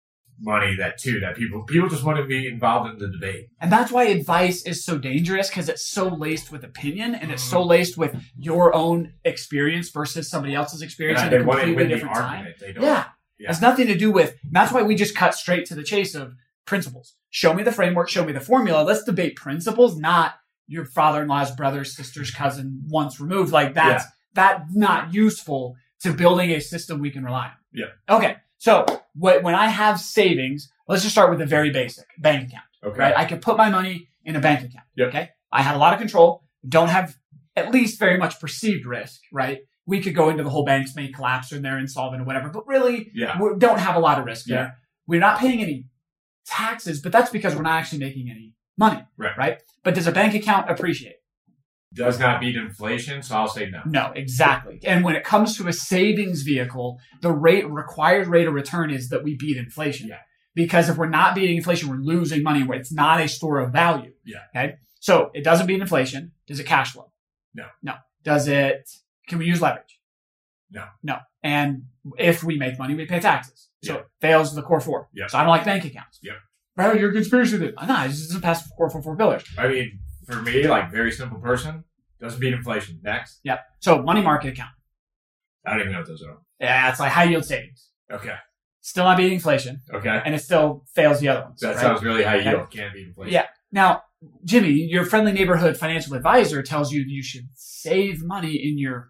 [SPEAKER 1] money that too that people people just want to be involved in the debate.
[SPEAKER 2] And that's why advice is so dangerous because it's so laced with opinion and
[SPEAKER 1] Mm-hmm.
[SPEAKER 2] it's so laced with your own experience versus somebody else's experience
[SPEAKER 1] And
[SPEAKER 2] at a
[SPEAKER 1] they want to
[SPEAKER 2] completely
[SPEAKER 1] win the
[SPEAKER 2] different time.
[SPEAKER 1] argument. They don't.
[SPEAKER 2] Yeah.
[SPEAKER 1] Yeah.
[SPEAKER 2] Has nothing to do with and that's why we just cut straight to the chase of principles. Show me the framework, show me the formula. Let's debate principles, not your father-in-law's brother, sister's cousin once removed. Like that's that's not useful to building a system we can rely on.
[SPEAKER 1] Yeah.
[SPEAKER 2] Okay. So wh- when I have savings, let's just start with the very basic bank account
[SPEAKER 1] Okay.
[SPEAKER 2] right? I could put my money in a bank account.
[SPEAKER 1] Yep.
[SPEAKER 2] Okay. I have a lot of control, don't have at least very much perceived risk, right? We could go into the whole banks may collapse and they're insolvent or whatever, but really
[SPEAKER 1] Yeah.
[SPEAKER 2] we don't have a lot of risk
[SPEAKER 1] Yeah.
[SPEAKER 2] there. We're not paying any taxes, but that's because we're not actually making any money.
[SPEAKER 1] Right.
[SPEAKER 2] Right. But does a bank account appreciate?
[SPEAKER 1] Does not beat inflation, so I'll say no.
[SPEAKER 2] No, exactly. And when it comes to a savings vehicle, the rate required rate of return is that we beat inflation.
[SPEAKER 1] Yeah.
[SPEAKER 2] Because if we're not beating inflation, we're losing money. Where It's not a store of value.
[SPEAKER 1] Yeah.
[SPEAKER 2] Okay. So it doesn't beat inflation. Does it cash flow?
[SPEAKER 1] No.
[SPEAKER 2] No. Does it? Can we use leverage?
[SPEAKER 1] No.
[SPEAKER 2] No. And if we make money, we pay taxes. So
[SPEAKER 1] Yeah.
[SPEAKER 2] it fails the core four.
[SPEAKER 1] Yeah.
[SPEAKER 2] So I don't like bank accounts.
[SPEAKER 1] Yeah.
[SPEAKER 2] Bro, you're a conspiracy theorist. No, I just doesn't pass the core four four pillars.
[SPEAKER 1] I mean, for me, like very simple person, doesn't beat inflation. Next,
[SPEAKER 2] So money market account.
[SPEAKER 1] I don't even know what those are.
[SPEAKER 2] Yeah, it's like high yield savings.
[SPEAKER 1] Okay.
[SPEAKER 2] still not beating inflation,
[SPEAKER 1] Okay.
[SPEAKER 2] and it still fails the other ones.
[SPEAKER 1] That
[SPEAKER 2] right?
[SPEAKER 1] sounds really high
[SPEAKER 2] Okay.
[SPEAKER 1] yield. Can't beat inflation.
[SPEAKER 2] Yeah. Now, Jimmy, your friendly neighborhood financial advisor tells you you should save money in your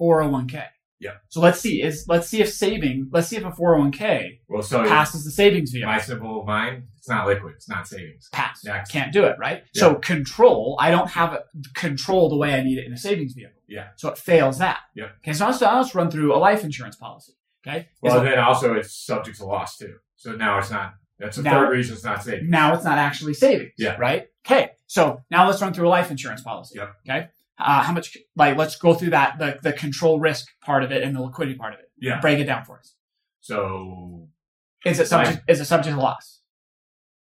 [SPEAKER 2] 401k.
[SPEAKER 1] Yeah.
[SPEAKER 2] So let's see is let's see if saving let's see if a 401k
[SPEAKER 1] Well, so
[SPEAKER 2] passes the savings veto.
[SPEAKER 1] my simple mind, it's not liquid. It's not savings.
[SPEAKER 2] Pass.
[SPEAKER 1] Next.
[SPEAKER 2] Can't do it, right? So control, I don't have a, control the way I need it in a savings vehicle.
[SPEAKER 1] Yeah.
[SPEAKER 2] So it fails that.
[SPEAKER 1] Yeah.
[SPEAKER 2] Okay, so I'll just, I'll just run through a life insurance policy. Okay.
[SPEAKER 1] Well,
[SPEAKER 2] It's
[SPEAKER 1] then also it's subject to loss too. So now it's not. That's the
[SPEAKER 2] Now-
[SPEAKER 1] third reason it's not
[SPEAKER 2] a-
[SPEAKER 1] savings.
[SPEAKER 2] now it's not actually savings.
[SPEAKER 1] Yeah.
[SPEAKER 2] Right. Okay. So now let's run through a life insurance policy.
[SPEAKER 1] Yep.
[SPEAKER 2] Okay. Uh, how much? Like, let's go through that the the control risk part of it and the liquidity part of it.
[SPEAKER 1] Yeah.
[SPEAKER 2] Break it down for us.
[SPEAKER 1] So
[SPEAKER 2] Is it subject? Is it subject to loss?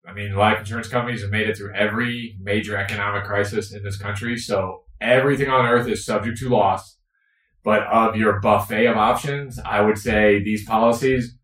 [SPEAKER 1] I mean, life insurance companies have made it through every major economic crisis in this country. So everything on earth is subject to loss. But of your buffet of options, I would say these policies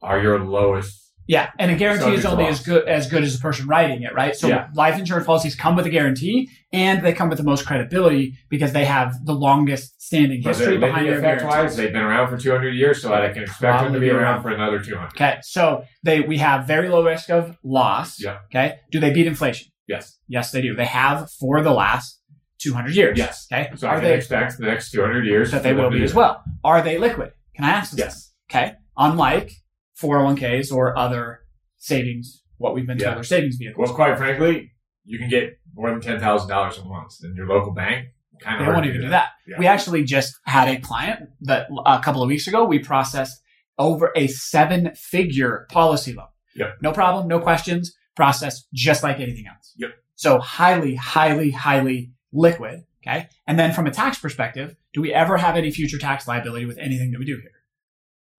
[SPEAKER 1] are your lowest.
[SPEAKER 2] Yeah, and a guarantee
[SPEAKER 1] Subject
[SPEAKER 2] is
[SPEAKER 1] to
[SPEAKER 2] only
[SPEAKER 1] loss.
[SPEAKER 2] as good as good as the person writing it, right? So
[SPEAKER 1] Yeah.
[SPEAKER 2] life insurance policies come with a guarantee, and they come with the most credibility because they have the longest standing
[SPEAKER 1] But
[SPEAKER 2] history
[SPEAKER 1] their
[SPEAKER 2] behind
[SPEAKER 1] litany
[SPEAKER 2] their
[SPEAKER 1] effect wise,
[SPEAKER 2] guarantees.
[SPEAKER 1] they've been around for 200 years, so I can expect them to
[SPEAKER 2] Probably
[SPEAKER 1] be
[SPEAKER 2] be
[SPEAKER 1] around
[SPEAKER 2] around.
[SPEAKER 1] for another 200.
[SPEAKER 2] Okay, so they we have very low risk of loss.
[SPEAKER 1] Yeah.
[SPEAKER 2] Okay, do they beat inflation?
[SPEAKER 1] Yes.
[SPEAKER 2] Yes, they do. They have for the last two hundred years.
[SPEAKER 1] Yes.
[SPEAKER 2] Okay,
[SPEAKER 1] So I
[SPEAKER 2] are
[SPEAKER 1] can
[SPEAKER 2] they
[SPEAKER 1] expect the next 200 years
[SPEAKER 2] that they will be as well? Are they liquid? Can I ask this?
[SPEAKER 1] Yes.
[SPEAKER 2] Okay, unlike four hundred one ks or other savings, what we've been told
[SPEAKER 1] Yeah.
[SPEAKER 2] are savings vehicles.
[SPEAKER 1] Well, quite frankly, you can get more than $10,000 a month in your local bank. Kind of
[SPEAKER 2] They won't even do that.
[SPEAKER 1] Yeah.
[SPEAKER 2] We actually just had a client that a couple of weeks ago we processed over a seven figure policy loan.
[SPEAKER 1] Yep.
[SPEAKER 2] No problem, no questions, processed just like anything else.
[SPEAKER 1] Yep.
[SPEAKER 2] So highly, highly, highly liquid. Okay. And then from a tax perspective, do we ever have any future tax liability with anything that we do here?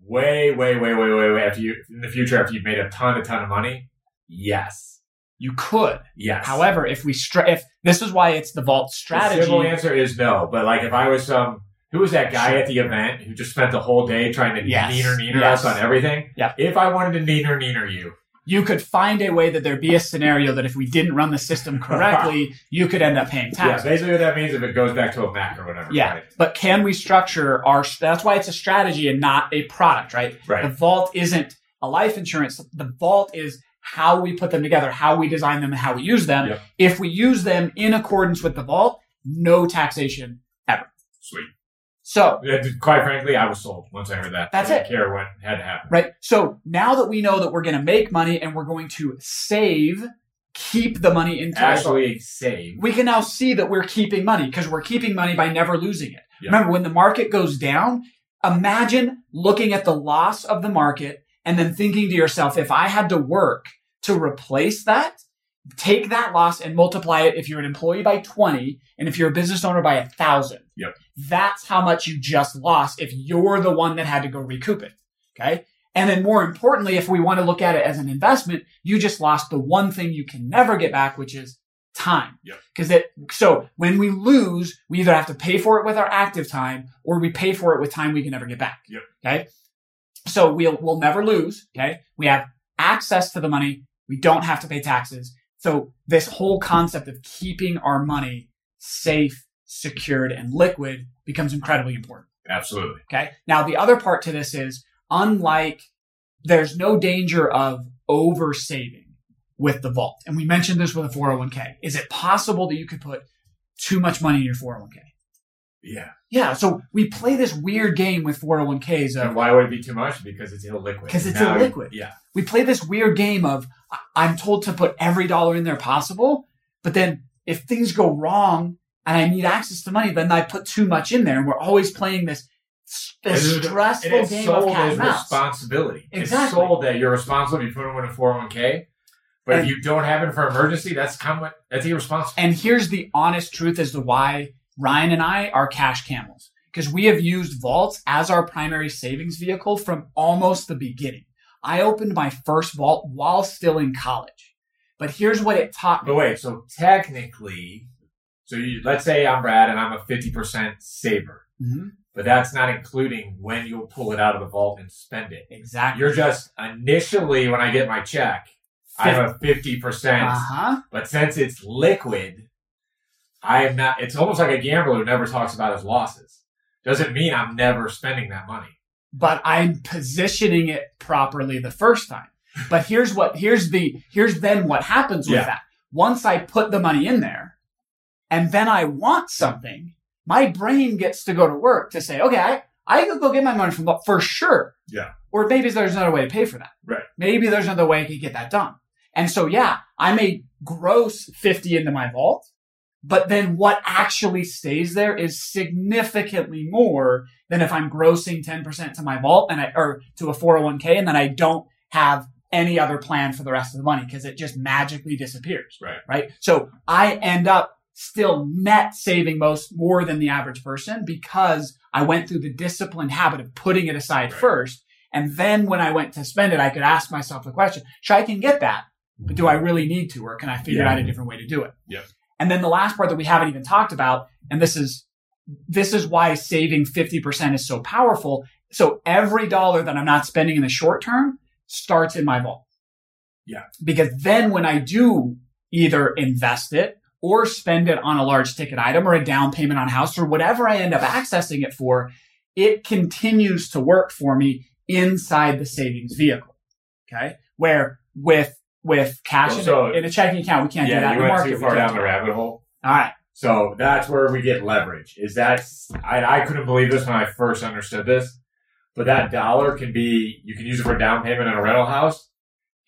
[SPEAKER 1] way, way, way, way, way, way after you in the future after you've made a ton, a ton of money. Yes,
[SPEAKER 2] You could.
[SPEAKER 1] yes.
[SPEAKER 2] However, if we str- if this is why it's the vault
[SPEAKER 1] the simple
[SPEAKER 2] strategy.
[SPEAKER 1] answer is no. But like, if I was some, who was that guy at the event who just spent the whole day trying to
[SPEAKER 2] Yes,
[SPEAKER 1] neener neener
[SPEAKER 2] yes.
[SPEAKER 1] us on everything?
[SPEAKER 2] Yep.
[SPEAKER 1] If I wanted to neener neener you,
[SPEAKER 2] you could find a way that there'd be a scenario that if we didn't run the system correctly, you could end up paying
[SPEAKER 1] yeah.
[SPEAKER 2] taxes.
[SPEAKER 1] Basically, what that means if it goes back to a Mac or whatever.
[SPEAKER 2] Yeah.
[SPEAKER 1] Right.
[SPEAKER 2] But can we structure our? That's why it's a strategy and not a product, right?
[SPEAKER 1] Right.
[SPEAKER 2] The vault isn't a life insurance. The vault is how we put them together, how we design them, and how we use them.
[SPEAKER 1] Yep.
[SPEAKER 2] If we use them in accordance with the vault, no taxation.
[SPEAKER 1] Sweet.
[SPEAKER 2] So
[SPEAKER 1] Yeah, Quite frankly, I was sold once I heard that.
[SPEAKER 2] That's
[SPEAKER 1] I didn't
[SPEAKER 2] it.
[SPEAKER 1] Care what had to happen.
[SPEAKER 2] right. So now that we know that we're going to make money and we're going to save, keep the money in cash.
[SPEAKER 1] Actually, save.
[SPEAKER 2] we can now see that we're keeping money because we're keeping money by never losing it.
[SPEAKER 1] Yeah.
[SPEAKER 2] Remember, when the market goes down, imagine looking at the loss of the market and then thinking to yourself, if I had to work to replace that, take that loss and multiply it if you're an employee by 20 and if you're a business owner by a thousand.
[SPEAKER 1] Yep.
[SPEAKER 2] That's how much you just lost if you're the one that had to go recoup it. Okay. And then more importantly, if we want to look at it as an investment, you just lost the one thing you can never get back, which is time.
[SPEAKER 1] Yep.
[SPEAKER 2] Because that so when we lose, we either have to pay for it with our active time or we pay for it with time we can never get back.
[SPEAKER 1] Yep.
[SPEAKER 2] Okay. So we'll we'll never lose. Okay. We have access to the money. We don't have to pay taxes. So this whole concept of keeping our money safe, secured, and liquid becomes incredibly important.
[SPEAKER 1] Absolutely.
[SPEAKER 2] Okay. Now, the other part to this is unlike there's no danger of over saving with the vault. And we mentioned this with a 401k. Is it possible that you could put too much money in your 401k?
[SPEAKER 1] Yeah.
[SPEAKER 2] Yeah. So we play this weird game with 401ks
[SPEAKER 1] And
[SPEAKER 2] of
[SPEAKER 1] why would it be too much? Because it's illiquid.
[SPEAKER 2] 'Cause it's
[SPEAKER 1] Now-
[SPEAKER 2] illiquid.
[SPEAKER 1] Yeah.
[SPEAKER 2] we play this weird game of I- I'm told to put every dollar in there possible, but then if things go wrong and I need access to money, then I put too much in there. And we're always playing this,
[SPEAKER 1] It
[SPEAKER 2] this
[SPEAKER 1] is-
[SPEAKER 2] stressful
[SPEAKER 1] and it's
[SPEAKER 2] game
[SPEAKER 1] sold
[SPEAKER 2] of cat
[SPEAKER 1] as
[SPEAKER 2] and mouse.
[SPEAKER 1] responsibility. It's
[SPEAKER 2] Exactly.
[SPEAKER 1] sold that you're responsible if you put them in a 401k. But if
[SPEAKER 2] And-
[SPEAKER 1] you don't have it for emergency, that's kind of, that's irresponsible.
[SPEAKER 2] And here's the honest truth as to why Ryan and I are cash camels because we have used vaults as our primary savings vehicle from almost the beginning. I opened my first vault while still in college. But here's what it taught me.
[SPEAKER 1] but wait, so technically, so you, let's say I'm Brad and I'm a 50% saver,
[SPEAKER 2] Mhm.
[SPEAKER 1] but that's not including when you'll pull it out of the vault and spend it.
[SPEAKER 2] Exactly.
[SPEAKER 1] You're just initially, when I get my check, I'm a 50%.
[SPEAKER 2] Uh huh.
[SPEAKER 1] But since it's liquid, I am not. It's almost like a gambler who never talks about his losses. Doesn't mean I'm never spending that money.
[SPEAKER 2] but I'm positioning it properly the first time. But here's what here's the here's then what happens with
[SPEAKER 1] Yeah.
[SPEAKER 2] that. Once I put the money in there and then I want something, my brain gets to go to work to say, okay, I, I could go get my money from the for sure.
[SPEAKER 1] Yeah.
[SPEAKER 2] Or maybe there's another way to pay for that.
[SPEAKER 1] Right.
[SPEAKER 2] Maybe there's another way I could get that done. And so yeah, I may gross 50 into my vault, but then what actually stays there is significantly more than if I'm grossing 10% to my vault and I, or to a 401k and then I don't have any other plan for the rest of the money because it just magically disappears.
[SPEAKER 1] Right.
[SPEAKER 2] Right. So I end up still net saving most more than the average person because I went through the disciplined habit of putting it aside
[SPEAKER 1] Right.
[SPEAKER 2] first. And then when I went to spend it, I could ask myself the question, sure, I can get that, but do I really need to, or can I figure
[SPEAKER 1] Yeah.
[SPEAKER 2] out a different way to do it?
[SPEAKER 1] Yeah.
[SPEAKER 2] And then the last part that we haven't even talked about, and this is, this is why saving 50% is so powerful. So every dollar that I'm not spending in the short term starts in my vault.
[SPEAKER 1] Yeah.
[SPEAKER 2] Because then when I do either invest it or spend it on a large ticket item or a down payment on a house or whatever I end up accessing it for, it continues to work for me inside the savings vehicle. Okay. Where with, with cash
[SPEAKER 1] Well,
[SPEAKER 2] in,
[SPEAKER 1] so-
[SPEAKER 2] a, in a checking account, we can't do that
[SPEAKER 1] yeah,
[SPEAKER 2] in
[SPEAKER 1] you
[SPEAKER 2] the
[SPEAKER 1] went
[SPEAKER 2] market.
[SPEAKER 1] too
[SPEAKER 2] We
[SPEAKER 1] far
[SPEAKER 2] can't
[SPEAKER 1] down
[SPEAKER 2] do
[SPEAKER 1] the
[SPEAKER 2] it.
[SPEAKER 1] rabbit hole.
[SPEAKER 2] All right.
[SPEAKER 1] So that's where we get leverage. Is that I, I couldn't believe this when I first understood this, but that dollar can be you can use it for a down payment on a rental house,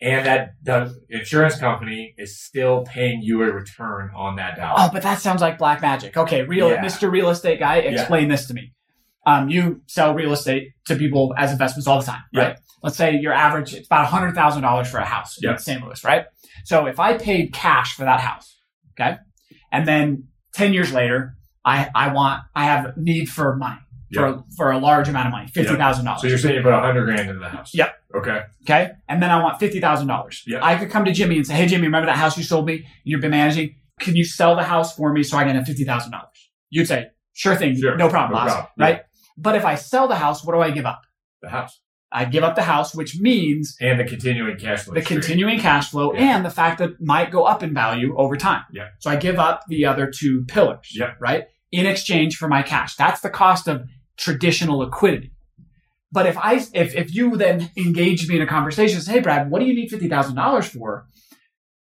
[SPEAKER 1] and that the insurance company is still paying you a return on that
[SPEAKER 2] Oh,
[SPEAKER 1] dollar.
[SPEAKER 2] but that sounds like black magic. Okay, real
[SPEAKER 1] Yeah.
[SPEAKER 2] Mr. Real Estate guy, explain this to me. Um, you sell real estate to people as investments all the time, right? Let's say your average it's about hundred thousand dollars for a house
[SPEAKER 1] Yeah.
[SPEAKER 2] in St. Louis, right? So if I paid cash for that house, okay, and then ten years later, I I want I have need for money for for a large amount of money, fifty thousand
[SPEAKER 1] So you're
[SPEAKER 2] dollars,
[SPEAKER 1] saying you put a hundred grand into the house?
[SPEAKER 2] Yep.
[SPEAKER 1] Okay.
[SPEAKER 2] okay, and then I want fifty thousand dollars.
[SPEAKER 1] Yeah.
[SPEAKER 2] I could come to Jimmy and say, Hey, Jimmy, remember that house you sold me? You've been managing. Can you sell the house for me so I can have fifty thousand dollars? You'd say, Sure thing,
[SPEAKER 1] Sure.
[SPEAKER 2] no problem,
[SPEAKER 1] No
[SPEAKER 2] boss.
[SPEAKER 1] problem.
[SPEAKER 2] Right? But if I sell the house, what do I give up?
[SPEAKER 1] The house
[SPEAKER 2] I give up the house, which means
[SPEAKER 1] and the continuing cash flow.
[SPEAKER 2] the
[SPEAKER 1] stream.
[SPEAKER 2] continuing cash flow
[SPEAKER 1] Yeah.
[SPEAKER 2] and the fact that it might go up in value over time.
[SPEAKER 1] Yeah.
[SPEAKER 2] So I give up the other two pillars,
[SPEAKER 1] Yeah.
[SPEAKER 2] right? In exchange for my cash. That's the cost of traditional liquidity. But if I if if you then engage me in a conversation, say, hey Brad, what do you need fifty thousand dollars for?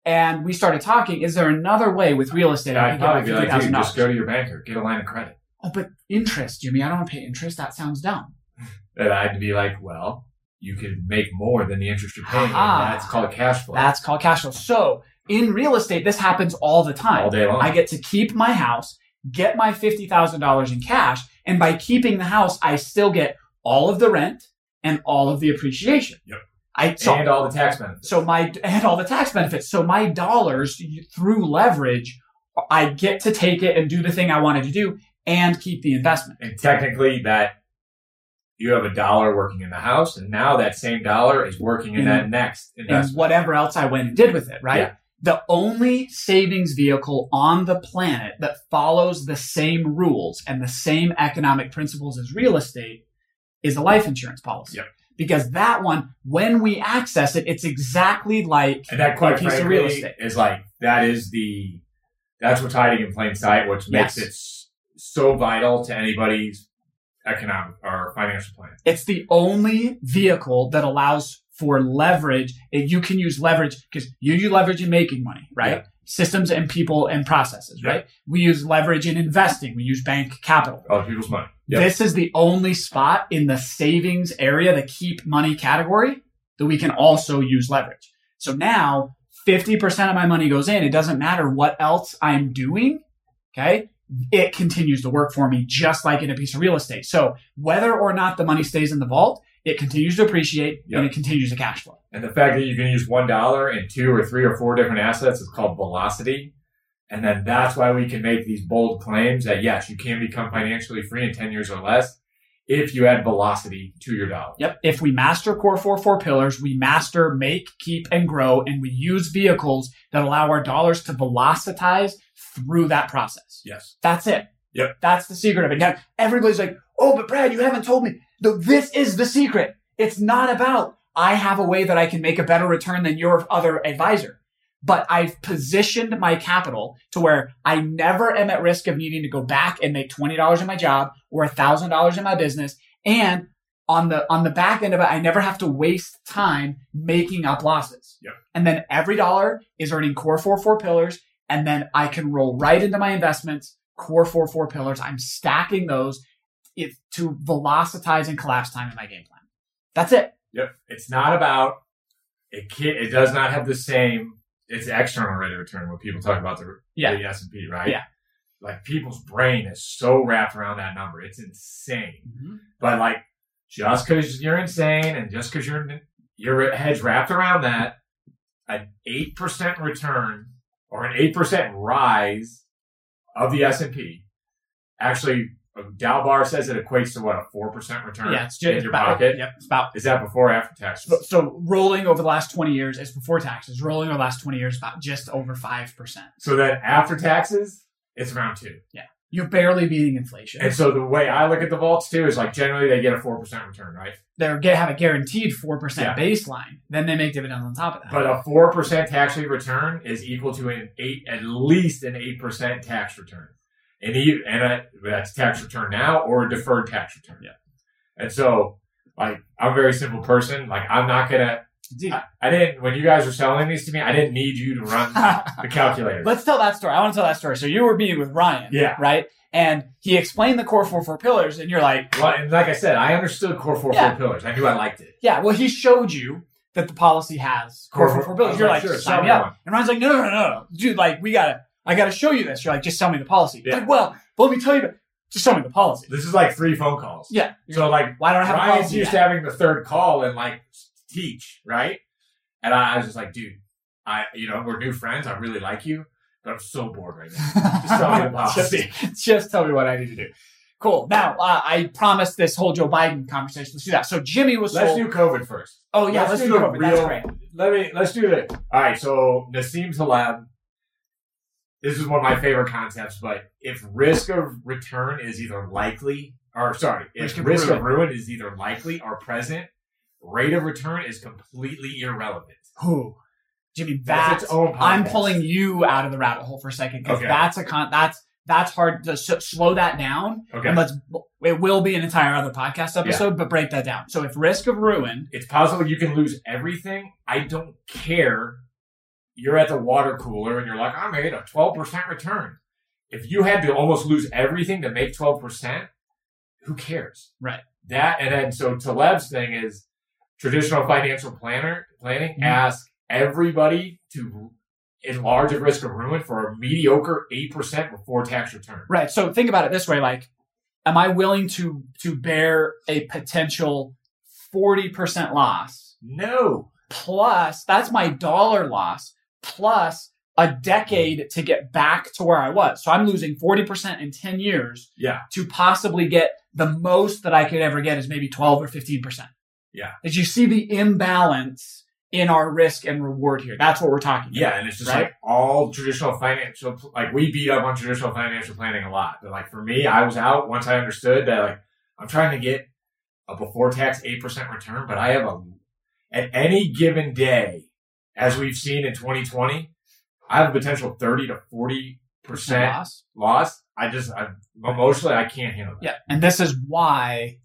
[SPEAKER 2] And we started talking, is there another way with real estate
[SPEAKER 1] And I'd probably be
[SPEAKER 2] get
[SPEAKER 1] like, dude,
[SPEAKER 2] $50,000?
[SPEAKER 1] just go to your banker, get a line of credit.
[SPEAKER 2] Oh, but interest, Jimmy, I don't want to pay interest. That sounds dumb.
[SPEAKER 1] And I'd be like, well, you could make more than the interest you're paying. and
[SPEAKER 2] Ah.
[SPEAKER 1] that's called cash flow.
[SPEAKER 2] That's called cash flow. So in real estate, this happens all the time.
[SPEAKER 1] all day long.
[SPEAKER 2] I get to keep my house, get my $50,000 in cash, and by keeping the house, I still get all of the rent and all of the appreciation.
[SPEAKER 1] Yep.
[SPEAKER 2] I so,
[SPEAKER 1] and all the tax benefits.
[SPEAKER 2] so my and all the tax benefits. So my dollars through leverage, I get to take it and do the thing I wanted to do and keep the investment.
[SPEAKER 1] And technically, that you have a dollar working in the house, and now that same dollar is working in
[SPEAKER 2] In-
[SPEAKER 1] that next
[SPEAKER 2] and
[SPEAKER 1] investment.
[SPEAKER 2] whatever else I went and did with it, right?
[SPEAKER 1] Yeah.
[SPEAKER 2] The only savings vehicle on the planet that follows the same rules and the same economic principles as real estate is a life insurance policy.
[SPEAKER 1] Yep.
[SPEAKER 2] Because that one, when we access it, it's exactly like
[SPEAKER 1] And that, quite
[SPEAKER 2] a piece
[SPEAKER 1] frankly,
[SPEAKER 2] of real estate.
[SPEAKER 1] is like that is the that's what's hiding in plain sight, which
[SPEAKER 2] Yes.
[SPEAKER 1] makes it s- so vital to anybody's economic or financial plan.
[SPEAKER 2] It's the only vehicle that allows for leverage. If You can use leverage because you use leverage in making money, right? Systems and people and processes,
[SPEAKER 1] Yeah.
[SPEAKER 2] right? We use leverage in investing. We use bank capital.
[SPEAKER 1] Other people's money.
[SPEAKER 2] This is the only spot in the savings area, the keep money category, that we can also use leverage. So now 50% of my money goes in. It doesn't matter what else I'm doing. Okay. It continues to work for me just like in a piece of real estate. So whether or not the money stays in the vault, it continues to appreciate
[SPEAKER 1] Yep.
[SPEAKER 2] and it continues to cash flow.
[SPEAKER 1] And the fact that you can use one dollar in two or three or four different assets is called velocity. And then that's why we can make these bold claims that yes, you can become financially free in 10 years or less if you add velocity to your dollar.
[SPEAKER 2] Yep. If we master core four four pillars, we master make, keep, and grow, and we use vehicles that allow our dollars to velocitize through that process.
[SPEAKER 1] Yes.
[SPEAKER 2] That's it.
[SPEAKER 1] Yep.
[SPEAKER 2] That's the secret of it. Now everybody's like, "Oh, but Brad, you haven't told me. No, this is the secret. It's not about I have a way that I can make a better return than your other advisor, but I've positioned my capital to where I never am at risk of needing to go back and make twenty dollars in my job or thousand dollars in my business, and on the on the back end of it, I never have to waste time making up losses.
[SPEAKER 1] Yep.
[SPEAKER 2] And then every dollar is earning core four four pillars, and then I can roll right into my investments, core four four pillars. I'm stacking those if, to velocitize and collapse time in my game plan. That's it.
[SPEAKER 1] Yep. It's not about it. Can, it does not have the same. It's external rate of return when people talk about the
[SPEAKER 2] Yeah.
[SPEAKER 1] the S and P, right?
[SPEAKER 2] Yeah.
[SPEAKER 1] Like people's brain is so wrapped around that number, it's insane. But like, just because you're insane and just because your your head's wrapped around that, an eight percent return or an eight percent rise of the S and P, actually, Dalbar says it equates to what a four percent return
[SPEAKER 2] Yeah, it's just
[SPEAKER 1] in
[SPEAKER 2] it's
[SPEAKER 1] your
[SPEAKER 2] about,
[SPEAKER 1] pocket.
[SPEAKER 2] Yep, it's about
[SPEAKER 1] Is that before or after taxes?
[SPEAKER 2] So- So rolling over the last 20 years is before taxes. Rolling over the last 20 years, about just over 5%.
[SPEAKER 1] So then after taxes, it's around two.
[SPEAKER 2] You're barely beating inflation.
[SPEAKER 1] And so the way I look at the vaults too is like generally they get a four percent return, right?
[SPEAKER 2] They're get, have a guaranteed 4%
[SPEAKER 1] Yeah.
[SPEAKER 2] baseline. Then they make dividends on top of that.
[SPEAKER 1] But uh, a four percent tax rate return is equal to an eight, at least an eight percent tax return, and e- and a, that's tax return now or a deferred tax return.
[SPEAKER 2] Yeah.
[SPEAKER 1] And so, like, I'm a very simple person. Like, I'm not gonna.
[SPEAKER 2] Dude,
[SPEAKER 1] I, I didn't when you guys were selling these to me. I didn't need you to run the calculator.
[SPEAKER 2] let's tell that story. I want to tell that story. So you were meeting with Ryan,
[SPEAKER 1] Yeah.
[SPEAKER 2] right? And he explained the core four four pillars, and you're like,
[SPEAKER 1] well, and like I said, I understood core four
[SPEAKER 2] Yeah.
[SPEAKER 1] four pillars. I knew I liked it.
[SPEAKER 2] yeah, well, he showed you that the policy has core
[SPEAKER 1] Core four-
[SPEAKER 2] four four
[SPEAKER 1] I
[SPEAKER 2] pillars.
[SPEAKER 1] was
[SPEAKER 2] You're like,
[SPEAKER 1] like, sure,
[SPEAKER 2] sign
[SPEAKER 1] sign
[SPEAKER 2] me
[SPEAKER 1] me
[SPEAKER 2] up.
[SPEAKER 1] on.
[SPEAKER 2] And Ryan's like, no, no, no, no, dude, like, we gotta, I gotta show you this. You're like, just sell me the policy.
[SPEAKER 1] Yeah.
[SPEAKER 2] Like, well, but let me tell you, about- just show me the policy.
[SPEAKER 1] This is like three phone calls.
[SPEAKER 2] Yeah.
[SPEAKER 1] So like
[SPEAKER 2] Why don't I have a
[SPEAKER 1] Ryan's
[SPEAKER 2] policy?
[SPEAKER 1] used
[SPEAKER 2] yet?
[SPEAKER 1] to having the third call and like teach, right? And I, I was just like, dude, I you know, we're new friends. I really like you, but I'm so bored right now. Just tell me the policy.
[SPEAKER 2] Just- just tell me what I need to do. Cool. Now, uh, I promised this whole Joe Biden conversation. Let's do that. So Jimmy was
[SPEAKER 1] Let's
[SPEAKER 2] sold.
[SPEAKER 1] do COVID first.
[SPEAKER 2] oh yeah, let's, do,
[SPEAKER 1] the
[SPEAKER 2] COVID. That's great.
[SPEAKER 1] Let me let's do this. All right, so Nassim Taleb. This is one of my favorite concepts, but if risk of return is either likely or sorry, if
[SPEAKER 2] Risk
[SPEAKER 1] risk,
[SPEAKER 2] of
[SPEAKER 1] of,
[SPEAKER 2] ruin.
[SPEAKER 1] ruin is either likely or present, rate of return is completely irrelevant.
[SPEAKER 2] Who? Jimmy,
[SPEAKER 1] That's
[SPEAKER 2] that's
[SPEAKER 1] its own podcast.
[SPEAKER 2] I'm pulling you out of the rabbit hole for a second because
[SPEAKER 1] Okay.
[SPEAKER 2] that's a con. That's that's hard to s- slow that down.
[SPEAKER 1] Okay.
[SPEAKER 2] And let's. It will be an entire other podcast episode, but break that down. So if risk of ruin,
[SPEAKER 1] it's possible you can lose everything. I don't care. You're at the water cooler and you're like, I made a 12% return. If you had to almost lose everything to make 12%, who cares?
[SPEAKER 2] Right.
[SPEAKER 1] That, and then so Taleb's thing is traditional financial planner planning
[SPEAKER 2] Mhm.
[SPEAKER 1] ask everybody to enlarge a risk of ruin for a mediocre 8% before tax return.
[SPEAKER 2] right? So think about it this way: like, am I willing to to bear a potential forty percent loss?
[SPEAKER 1] No.
[SPEAKER 2] plus that's my dollar loss plus a decade to get back to where I was. So I'm losing 40% in 10 years
[SPEAKER 1] Yeah.
[SPEAKER 2] to possibly get the most that I could ever get is maybe 12 or 15%.
[SPEAKER 1] Yeah.
[SPEAKER 2] As you see the imbalance in our risk and reward here. That's what we're talking about.
[SPEAKER 1] Yeah, and it's just
[SPEAKER 2] Right?
[SPEAKER 1] like all traditional financial, pl- like we beat up on traditional financial planning a lot. But like for me, I was out once I understood that like I'm trying to get a before tax 8% return, but I have a, at any given day, as we've seen in 2020, I have a potential 30 to 40%
[SPEAKER 2] Loss.
[SPEAKER 1] loss. I just, I, emotionally, I can't handle that.
[SPEAKER 2] Yeah. And this is why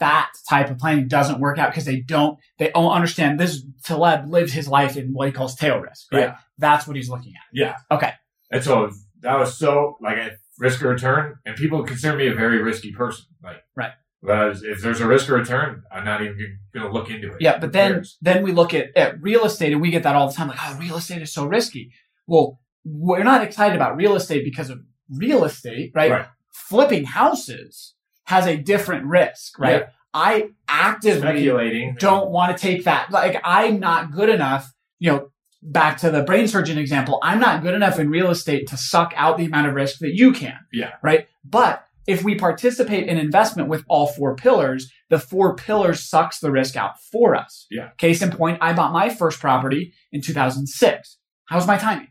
[SPEAKER 2] that type of planning doesn't work out because they don't, they don't understand this. Taleb lived his life in what he calls tail risk, right?
[SPEAKER 1] Yeah.
[SPEAKER 2] That's what he's looking at.
[SPEAKER 1] And so that was so like a risk of return, and people consider me a very risky person. Like,
[SPEAKER 2] Right.
[SPEAKER 1] But I was- if there's a risk of return, I'm not even going to look into it.
[SPEAKER 2] Yeah, but
[SPEAKER 1] Who
[SPEAKER 2] then
[SPEAKER 1] cares?
[SPEAKER 2] then we look at, at real estate and we get that all the time. Like, oh, real estate is so risky. Well, we're not excited about real estate because of real estate, right?
[SPEAKER 1] Right.
[SPEAKER 2] Flipping houses has a different risk, right? I actively
[SPEAKER 1] speculating,
[SPEAKER 2] don't want to take that. Like, I'm not good enough, you know, back to the brain surgeon example, I'm not good enough in real estate to suck out the amount of risk that you can.
[SPEAKER 1] Yeah.
[SPEAKER 2] Right. But if we participate in investment with all four pillars, the four pillars sucks the risk out for us.
[SPEAKER 1] Yeah.
[SPEAKER 2] Case in point, I bought my first property in 2006. How's my timing?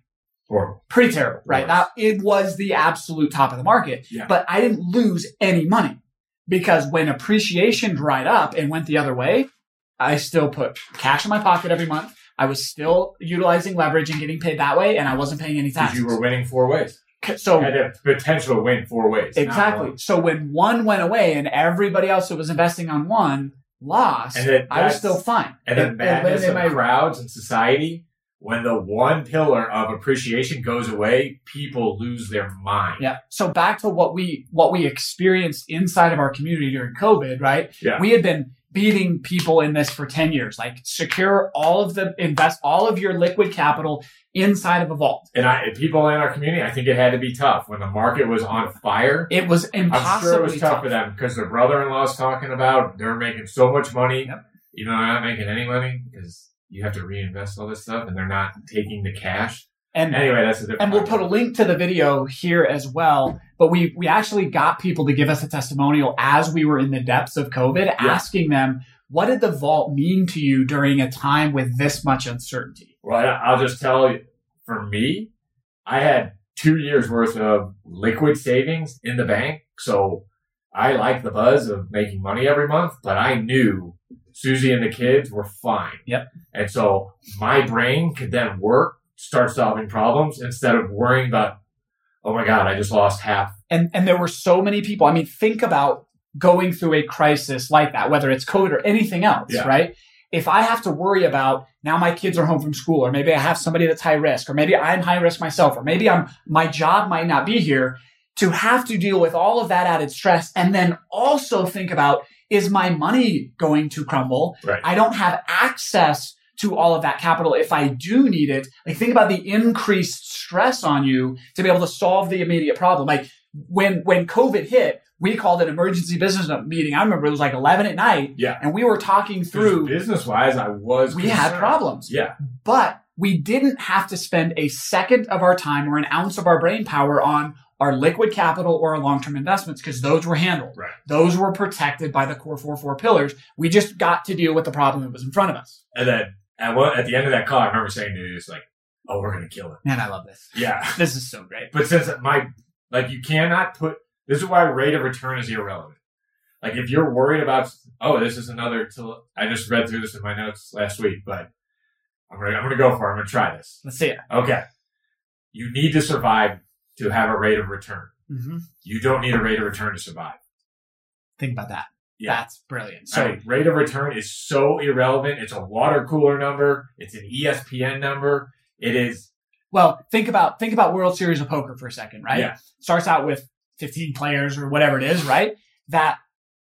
[SPEAKER 1] Horrible.
[SPEAKER 2] pretty terrible, right?
[SPEAKER 1] Worse.
[SPEAKER 2] Now it was the absolute top of the market,
[SPEAKER 1] Yeah.
[SPEAKER 2] but I didn't lose any money because when appreciation dried up and went the other way, I still put cash in my pocket every month. I was still utilizing leverage and getting paid that way, and I wasn't paying any
[SPEAKER 1] Because
[SPEAKER 2] taxes.
[SPEAKER 1] you were winning four ways.
[SPEAKER 2] so
[SPEAKER 1] Had a potential to win four ways. not
[SPEAKER 2] Exactly.
[SPEAKER 1] one.
[SPEAKER 2] So when one went away and everybody else that was investing on one lost,
[SPEAKER 1] And that-
[SPEAKER 2] I was
[SPEAKER 1] that's-
[SPEAKER 2] still fine.
[SPEAKER 1] And the
[SPEAKER 2] It
[SPEAKER 1] madness
[SPEAKER 2] eliminated
[SPEAKER 1] of
[SPEAKER 2] my-
[SPEAKER 1] crowds and society, when the one pillar of appreciation goes away, people lose their mind.
[SPEAKER 2] Yeah. So back to what we what we experienced inside of our community during COVID, right?
[SPEAKER 1] Yeah.
[SPEAKER 2] We had been beating people in this for 10 years. Like secure all of the invest all of your liquid capital inside of a vault.
[SPEAKER 1] And I, and people in our community, I think it had to be tough when the market was on fire.
[SPEAKER 2] It was
[SPEAKER 1] I'm sure
[SPEAKER 2] impossible.
[SPEAKER 1] it was tough for them because their brother-in-law's talking about they're making so much money, even though they're not making any money because you have to reinvest all this stuff, and they're not taking the cash.
[SPEAKER 2] And
[SPEAKER 1] Anyway, that's a different.
[SPEAKER 2] and we'll put a link to the video here as well. But we we actually got people to give us a testimonial as we were in the depths of COVID, asking them, what did the vault mean to you during a time with this much uncertainty?
[SPEAKER 1] Well, I- I'll just tell you, for me, I had two years worth of liquid savings in the bank. So I like the buzz of making money every month, but I knew Susie and the kids were fine.
[SPEAKER 2] Yep.
[SPEAKER 1] And so my brain could then work, start solving problems instead of worrying about, oh my God, I just lost half.
[SPEAKER 2] and and there were so many people. I mean, think about going through a crisis like that, whether it's COVID or anything else,
[SPEAKER 1] Yeah.
[SPEAKER 2] right? If I have to worry about now my kids are home from school, or maybe I have somebody that's high risk, or maybe I'm high risk myself, or maybe I'm my job might not be here, to have to deal with all of that added stress, and then also think about is my money going to crumble?
[SPEAKER 1] Right.
[SPEAKER 2] I don't have access to all of that capital if I do need it. Like think about the increased stress on you to be able to solve the immediate problem. Like when when COVID hit, we called an emergency business meeting. I remember it was like eleven at night,
[SPEAKER 1] Yeah.
[SPEAKER 2] and we were talking through.
[SPEAKER 1] Business wise, I was.
[SPEAKER 2] We had
[SPEAKER 1] concerned.
[SPEAKER 2] problems,
[SPEAKER 1] Yeah.
[SPEAKER 2] but we didn't have to spend a second of our time or an ounce of our brain power on our liquid capital or our long-term investments because those were handled.
[SPEAKER 1] Right.
[SPEAKER 2] Those were protected by the core four four pillars. We just got to deal with the problem that was in front of us.
[SPEAKER 1] And then at, one, at the end of that call, I remember saying to you, it's like, oh, we're going to kill it.
[SPEAKER 2] Man, I love this.
[SPEAKER 1] Yeah.
[SPEAKER 2] This is so great.
[SPEAKER 1] But since my like you cannot put this is why rate of return is irrelevant. Like if you're worried about oh this is another till I just read through this in my notes last week, but I'm gonna I'm gonna go for it. I'm gonna try this.
[SPEAKER 2] Let's see it.
[SPEAKER 1] Okay, you need to survive to have a rate of return.
[SPEAKER 2] Mm-hmm.
[SPEAKER 1] You don't need a rate of return to survive.
[SPEAKER 2] Think about that.
[SPEAKER 1] Yeah.
[SPEAKER 2] That's brilliant. So
[SPEAKER 1] So rate of return is so irrelevant. It's a water cooler number. It's an E ESPN number. It is
[SPEAKER 2] Well, think about think about World Series of Poker for a second, right?
[SPEAKER 1] Yeah.
[SPEAKER 2] Starts out with 15 players or whatever it is, right? That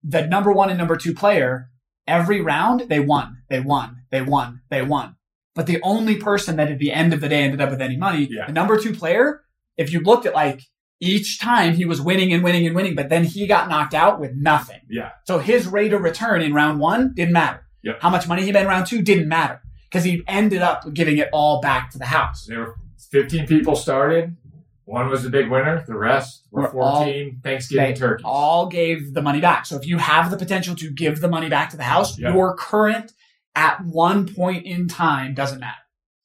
[SPEAKER 2] the number one and number two player, every round they won, they won, they won, they won. But the only person that at the end of the day ended up with any money,
[SPEAKER 1] Yeah.
[SPEAKER 2] the number two player, if you looked at like each time he was winning and winning and winning, but then he got knocked out with nothing.
[SPEAKER 1] Yeah.
[SPEAKER 2] So his rate of return in round one didn't matter.
[SPEAKER 1] Yep.
[SPEAKER 2] How much money he made in round two didn't matter because he ended up giving it all back to the house.
[SPEAKER 1] There were 15 people started. One was the big winner. The rest were,
[SPEAKER 2] Were
[SPEAKER 1] 14
[SPEAKER 2] all-
[SPEAKER 1] Thanksgiving
[SPEAKER 2] they
[SPEAKER 1] turkeys.
[SPEAKER 2] all gave the money back. So if you have the potential to give the money back to the house,
[SPEAKER 1] Yeah.
[SPEAKER 2] your current at one point in time doesn't matter.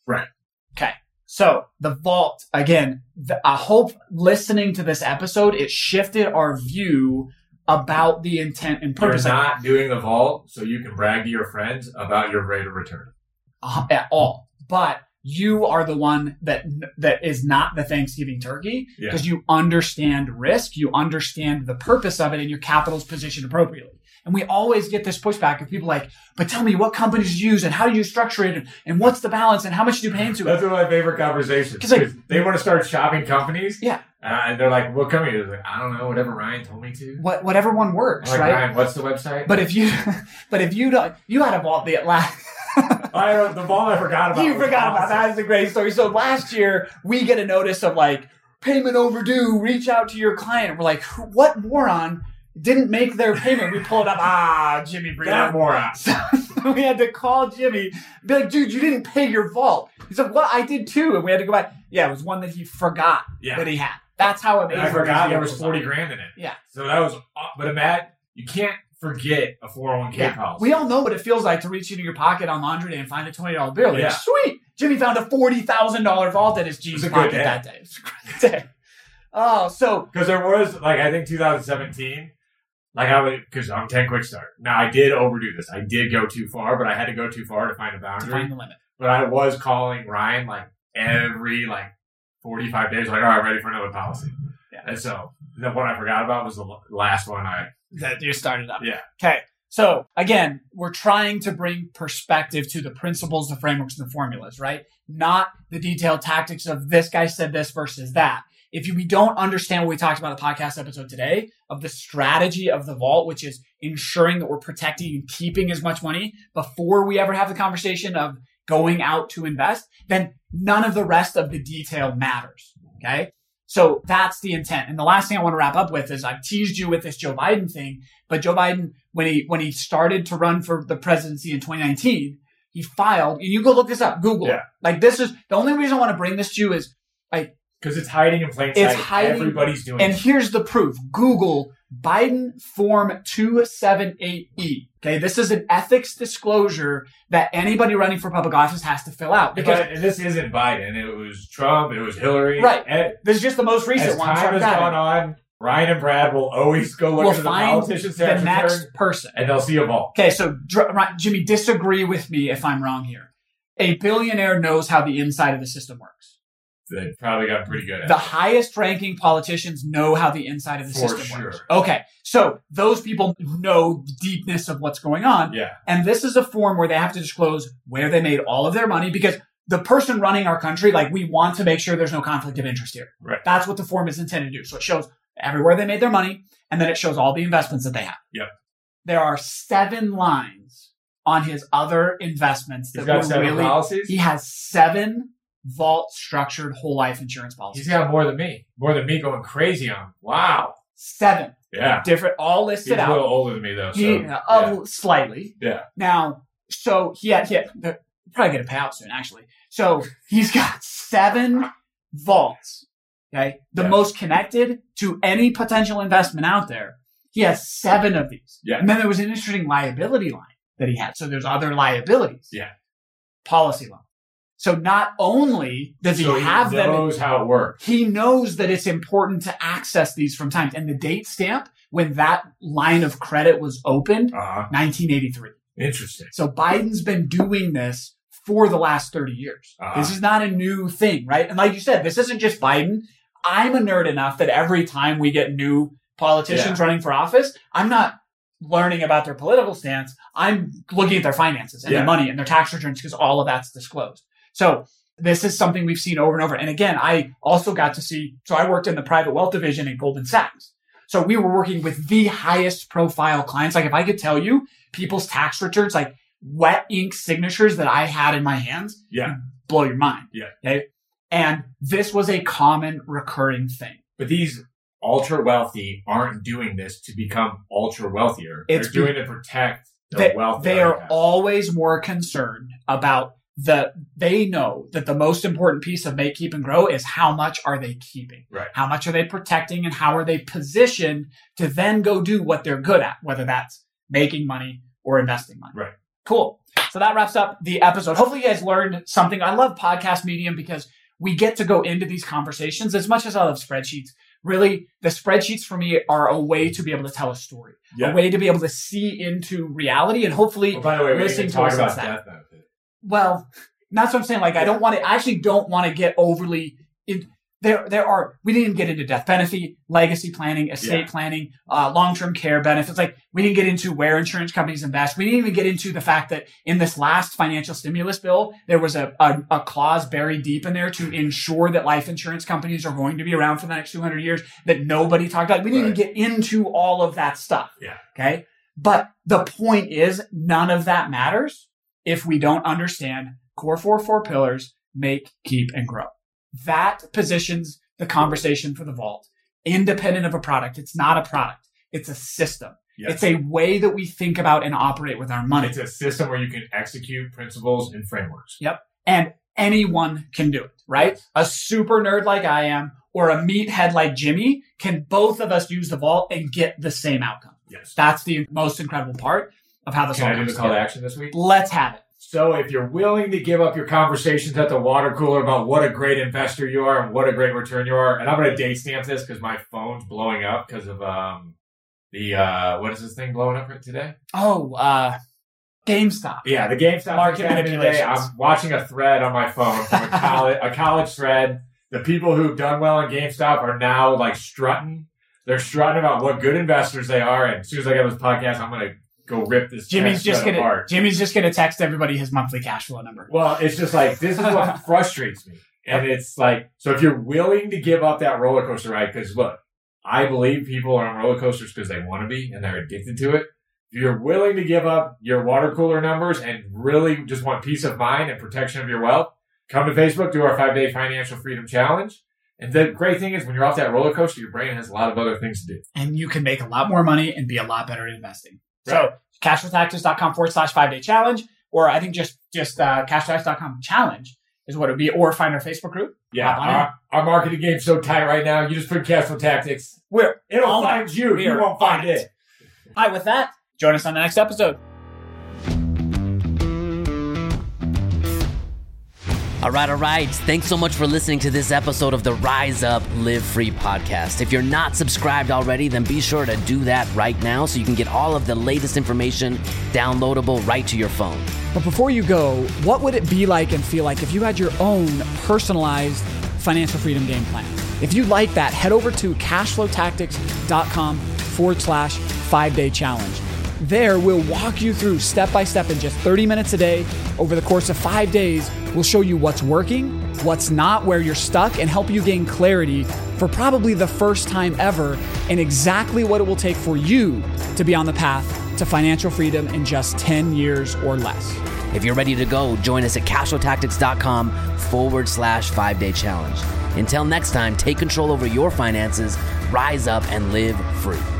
[SPEAKER 1] Right.
[SPEAKER 2] Okay. So the vault again. The, I hope listening to this episode, it shifted our view about the intent and
[SPEAKER 1] You're
[SPEAKER 2] purpose
[SPEAKER 1] not doing the vault, so you can brag to your friends about your rate of return.
[SPEAKER 2] uh, at all. But you are the one that that is not the Thanksgiving turkey
[SPEAKER 1] Yeah.
[SPEAKER 2] because you understand risk, you understand the purpose of it, and your capital's positioned appropriately. And we always get this pushback of people like, "But tell me what companies you use and how do you structure it and, and what's the balance and how much do you pay into it?"
[SPEAKER 1] That's one of my favorite conversations.
[SPEAKER 2] 'Cause, like-
[SPEAKER 1] 'Cause they want to start shopping companies. uh,
[SPEAKER 2] Yeah.
[SPEAKER 1] And I- they're like, what company? They're like, I don't know, whatever Ryan told me to.
[SPEAKER 2] What whatever one
[SPEAKER 1] I'm
[SPEAKER 2] works,
[SPEAKER 1] like,
[SPEAKER 2] right?
[SPEAKER 1] Ryan, what's the website?
[SPEAKER 2] But if you, but if you don't, you had a vault the last.
[SPEAKER 1] I don't, the vault I forgot about.
[SPEAKER 2] You
[SPEAKER 1] was
[SPEAKER 2] forgot about
[SPEAKER 1] awesome.
[SPEAKER 2] that. That's a great story. So last year, we get a notice of like payment overdue. Reach out to your client. We're like, "Who- what moron didn't make their payment? We pull it up. Ah, Jimmy
[SPEAKER 1] That
[SPEAKER 2] Breeder.
[SPEAKER 1] moron.
[SPEAKER 2] So we had to call Jimmy, be like, dude, you didn't pay your vault. He's like, well, I did too, and we had to go back. Yeah, it was one that he forgot
[SPEAKER 1] Yeah.
[SPEAKER 2] that he had. That's how
[SPEAKER 1] And
[SPEAKER 2] amazing.
[SPEAKER 1] I forgot
[SPEAKER 2] these
[SPEAKER 1] there was
[SPEAKER 2] vehicles
[SPEAKER 1] 40
[SPEAKER 2] are.
[SPEAKER 1] grand in it.
[SPEAKER 2] Yeah.
[SPEAKER 1] So that was, aw- but Matt, you can't forget a 401k
[SPEAKER 2] Yeah.
[SPEAKER 1] policy.
[SPEAKER 2] We all know what it feels like to reach into your pocket on laundry day and find a twenty dollar bill. Like,
[SPEAKER 1] Yeah.
[SPEAKER 2] sweet. Jimmy found a forty thousand dollar vault in his jeans
[SPEAKER 1] was a good
[SPEAKER 2] pocket
[SPEAKER 1] day.
[SPEAKER 2] that day. It was a great day. Oh, so
[SPEAKER 1] Because there was like I think 2017, like I would because I'm 10 quick start. Now I did overdo this. I did go too far, but I had to go too far to find a
[SPEAKER 2] to
[SPEAKER 1] boundary.
[SPEAKER 2] find the limit.
[SPEAKER 1] but I was calling Ryan like every like 45 days, like all right, ready for another policy.
[SPEAKER 2] Yeah.
[SPEAKER 1] And so the one I forgot about was the l- last one. I
[SPEAKER 2] That you started up.
[SPEAKER 1] Yeah.
[SPEAKER 2] Okay. So again, we're trying to bring perspective to the principles, the frameworks, and the formulas, right? Not the detailed tactics of this guy said this versus that. If you, we don't understand what we talked about in the podcast episode today of the strategy of the vault, which is ensuring that we're protecting and keeping as much money before we ever have the conversation of going out to invest, then none of the rest of the detail matters. Okay. So that's the intent. And the last thing I want to wrap up with is I've teased you with this Joe Biden thing, but Joe Biden, when he, when he started to run for the presidency in 2019, he filed, and you go look this up, Google. it.
[SPEAKER 1] Yeah.
[SPEAKER 2] Like this is the only reason I want to bring this to you is
[SPEAKER 1] Because it's hiding in plain
[SPEAKER 2] It's
[SPEAKER 1] sight.
[SPEAKER 2] hiding-
[SPEAKER 1] Everybody's doing
[SPEAKER 2] And
[SPEAKER 1] it.
[SPEAKER 2] here's the proof. Google Biden Form 278E. E. Okay. This is an ethics disclosure that anybody running for public office has to fill out because
[SPEAKER 1] But this isn't Biden. It was Trump. It was Hillary.
[SPEAKER 2] Right.
[SPEAKER 1] And
[SPEAKER 2] this is just the most
[SPEAKER 1] as
[SPEAKER 2] recent one. so
[SPEAKER 1] time has
[SPEAKER 2] I've got
[SPEAKER 1] gone
[SPEAKER 2] it.
[SPEAKER 1] on, Ryan and Brad will always go look
[SPEAKER 2] We'll
[SPEAKER 1] into the
[SPEAKER 2] find
[SPEAKER 1] politician's tax
[SPEAKER 2] the next
[SPEAKER 1] return,
[SPEAKER 2] person.
[SPEAKER 1] and they'll see a vault.
[SPEAKER 2] Okay. So Dr- Ri- Jimmy, disagree with me if I'm wrong here. A billionaire knows how the inside of the system works.
[SPEAKER 1] They probably got pretty good at
[SPEAKER 2] The
[SPEAKER 1] it.
[SPEAKER 2] highest ranking politicians know how the inside of the
[SPEAKER 1] For
[SPEAKER 2] system works.
[SPEAKER 1] sure.
[SPEAKER 2] Okay. So those people know the deepness of what's going on.
[SPEAKER 1] Yeah.
[SPEAKER 2] And this is a form where they have to disclose where they made all of their money because the person running our country, like we want to make sure there's no conflict of interest here.
[SPEAKER 1] Right.
[SPEAKER 2] That's what the form is intended to do. So it shows everywhere they made their money and then it shows all the investments that they have.
[SPEAKER 1] Yep.
[SPEAKER 2] There are seven lines on his other investments
[SPEAKER 1] He's
[SPEAKER 2] that
[SPEAKER 1] got
[SPEAKER 2] were
[SPEAKER 1] seven
[SPEAKER 2] really,
[SPEAKER 1] policies.
[SPEAKER 2] he has seven vault structured whole life insurance policies.
[SPEAKER 1] He's got more than me. More than me going crazy on him. Wow.
[SPEAKER 2] seven
[SPEAKER 1] Yeah.
[SPEAKER 2] different, all
[SPEAKER 1] He's a
[SPEAKER 2] listed out.
[SPEAKER 1] little older than me, though. So,
[SPEAKER 2] He, uh,
[SPEAKER 1] yeah.
[SPEAKER 2] uh, slightly.
[SPEAKER 1] Yeah.
[SPEAKER 2] Now, so he had, he had they're probably going to pay out soon, actually. So he's got seven vaults. Okay. The
[SPEAKER 1] Yeah.
[SPEAKER 2] most connected to any potential investment out there. He has seven of these.
[SPEAKER 1] Yeah.
[SPEAKER 2] And then there was an interesting liability line that he had. So there's other liabilities.
[SPEAKER 1] Yeah.
[SPEAKER 2] Policy loan. So not only does
[SPEAKER 1] So
[SPEAKER 2] he have
[SPEAKER 1] he
[SPEAKER 2] them in-
[SPEAKER 1] knows how it works.
[SPEAKER 2] he knows that it's important to access these from time and the date stamp when that line of credit was opened
[SPEAKER 1] Uh-huh.
[SPEAKER 2] 1983
[SPEAKER 1] Interesting.
[SPEAKER 2] so biden's been doing this for the last 30 years
[SPEAKER 1] Uh-huh.
[SPEAKER 2] this is not a new thing right and like you said this isn't just biden i'm a nerd enough that every time we get new politicians running for office i'm not learning about their political stance i'm looking at their finances and
[SPEAKER 1] Yeah.
[SPEAKER 2] their money and their tax returns because all of that's disclosed so this is something we've seen over and over. And again, I also got to see, so I worked in the private wealth division at Goldman Sachs. So we were working with the highest profile clients. Like if I could tell you people's tax returns, like wet ink signatures that I had in my hands,
[SPEAKER 1] Yeah.
[SPEAKER 2] blow your mind.
[SPEAKER 1] Yeah.
[SPEAKER 2] Okay. And this was a common recurring thing.
[SPEAKER 1] But these ultra wealthy aren't doing this to become ultra wealthier.
[SPEAKER 2] It's be-
[SPEAKER 1] They're doing it to protect the
[SPEAKER 2] They,
[SPEAKER 1] wealth.
[SPEAKER 2] they
[SPEAKER 1] that
[SPEAKER 2] are
[SPEAKER 1] have.
[SPEAKER 2] always more concerned about the, they know that the most important piece of make, keep and grow is how much are they keeping?
[SPEAKER 1] right.
[SPEAKER 2] How much are they protecting and how are they positioned to then go do what they're good at, whether that's making money or investing money.
[SPEAKER 1] Right.
[SPEAKER 2] Cool. So that wraps up the episode. Hopefully you guys learned something. I love podcast medium because we get to go into these conversations as much as I love spreadsheets. Really, the spreadsheets for me are a way to be able to tell a story,
[SPEAKER 1] Yeah.
[SPEAKER 2] a way to be able to see into reality and hopefully
[SPEAKER 1] Oh, by the way, we
[SPEAKER 2] listening
[SPEAKER 1] didn't
[SPEAKER 2] to
[SPEAKER 1] talk
[SPEAKER 2] us
[SPEAKER 1] about
[SPEAKER 2] is that-
[SPEAKER 1] death benefit.
[SPEAKER 2] well, that's what I'm saying. Like, I don't want to. I actually don't want to get overly. It, there, there are. We didn't get into death benefit, legacy planning, estate
[SPEAKER 1] Yeah.
[SPEAKER 2] planning, uh, long-term care benefits. Like, we didn't get into where insurance companies invest. We didn't even get into the fact that in this last financial stimulus bill, there was a a, a clause buried deep in there to ensure that life insurance companies are going to be around for the next 200 years. That nobody talked about. We didn't even get into all of that stuff.
[SPEAKER 1] Yeah.
[SPEAKER 2] Okay. But the point is, none of that matters if we don't understand core four four pillars make keep and grow that positions the conversation for the vault independent of a product it's not a product it's a system
[SPEAKER 1] Yeah.
[SPEAKER 2] it's a way that we think about and operate with our money
[SPEAKER 1] It's a system where you can execute principles and frameworks.
[SPEAKER 2] and anyone can do it right a super nerd like i am or a meathead like jimmy can both of us use the vault and get the same outcome
[SPEAKER 1] Yes.
[SPEAKER 2] that's the most incredible part of how this
[SPEAKER 1] Can
[SPEAKER 2] all
[SPEAKER 1] I do
[SPEAKER 2] comes
[SPEAKER 1] the call to
[SPEAKER 2] together.
[SPEAKER 1] action this week?
[SPEAKER 2] let's have it
[SPEAKER 1] So if you're willing to give up your conversations at the water cooler about what a great investor you are and what a great return you are, and I'm going to date stamp this because my phone's blowing up because of um the uh what is this thing blowing up today?
[SPEAKER 2] oh uh gamestop
[SPEAKER 1] Yeah, the GameStop
[SPEAKER 2] Market
[SPEAKER 1] thing happened today.
[SPEAKER 2] manipulations.
[SPEAKER 1] I'm watching a thread on my phone from a college, a college thread. The people who've done well in GameStop are now like strutting. They're strutting about what good investors they are. And as soon as I get this podcast, I'm going to go rip this.
[SPEAKER 2] Jimmy's
[SPEAKER 1] tax
[SPEAKER 2] just
[SPEAKER 1] credit
[SPEAKER 2] gonna
[SPEAKER 1] apart.
[SPEAKER 2] Jimmy's just gonna text everybody his monthly cash flow number.
[SPEAKER 1] Well, it's just like this is what frustrates me, and it's like so if you're willing to give up that roller coaster ride because look, I believe people are on roller coasters because they want to be and they're addicted to it. If you're willing to give up your water cooler numbers and really just want peace of mind and protection of your wealth, come to Facebook, do our five day financial freedom challenge. And the great thing is when you're off that roller coaster, your brain has a lot of other things to do.
[SPEAKER 2] and you can make a lot more money and be a lot better at investing.
[SPEAKER 1] Right.
[SPEAKER 2] So cashflowtaxes.com forward slash five day challenge, or I think just just uh, cashflowtaxes.com challenge is what it would be, or find our Facebook group.
[SPEAKER 1] Yeah,
[SPEAKER 2] Hop on in.
[SPEAKER 1] our, our marketing game's so tight right now. You just put cash flow tactics.
[SPEAKER 2] We're
[SPEAKER 1] It'll
[SPEAKER 2] on
[SPEAKER 1] find you. You
[SPEAKER 2] We're
[SPEAKER 1] won't find
[SPEAKER 2] on it.
[SPEAKER 1] it.
[SPEAKER 2] All right, with that, join us on the next episode.
[SPEAKER 4] All right, all right. Thanks so much for listening to this episode of the Rise Up Live Free podcast. If you're not subscribed already, then be sure to do that right now so you can get all of the latest information downloadable right to your phone.
[SPEAKER 3] But before you go, what would it be like and feel like if you had your own personalized financial freedom game plan? If you like that, head over to cashflowtactics.com forward slash five day challenge. There, we'll walk you through step by step in just 30 minutes a day. Over the course of five days, we'll show you what's working, what's not, where you're stuck, and help you gain clarity for probably the first time ever and exactly what it will take for you to be on the path to financial freedom in just 10 years or less.
[SPEAKER 4] If you're ready to go, join us at cashflowtactics.com forward slash five day challenge. Until next time, take control over your finances, rise up, and live free.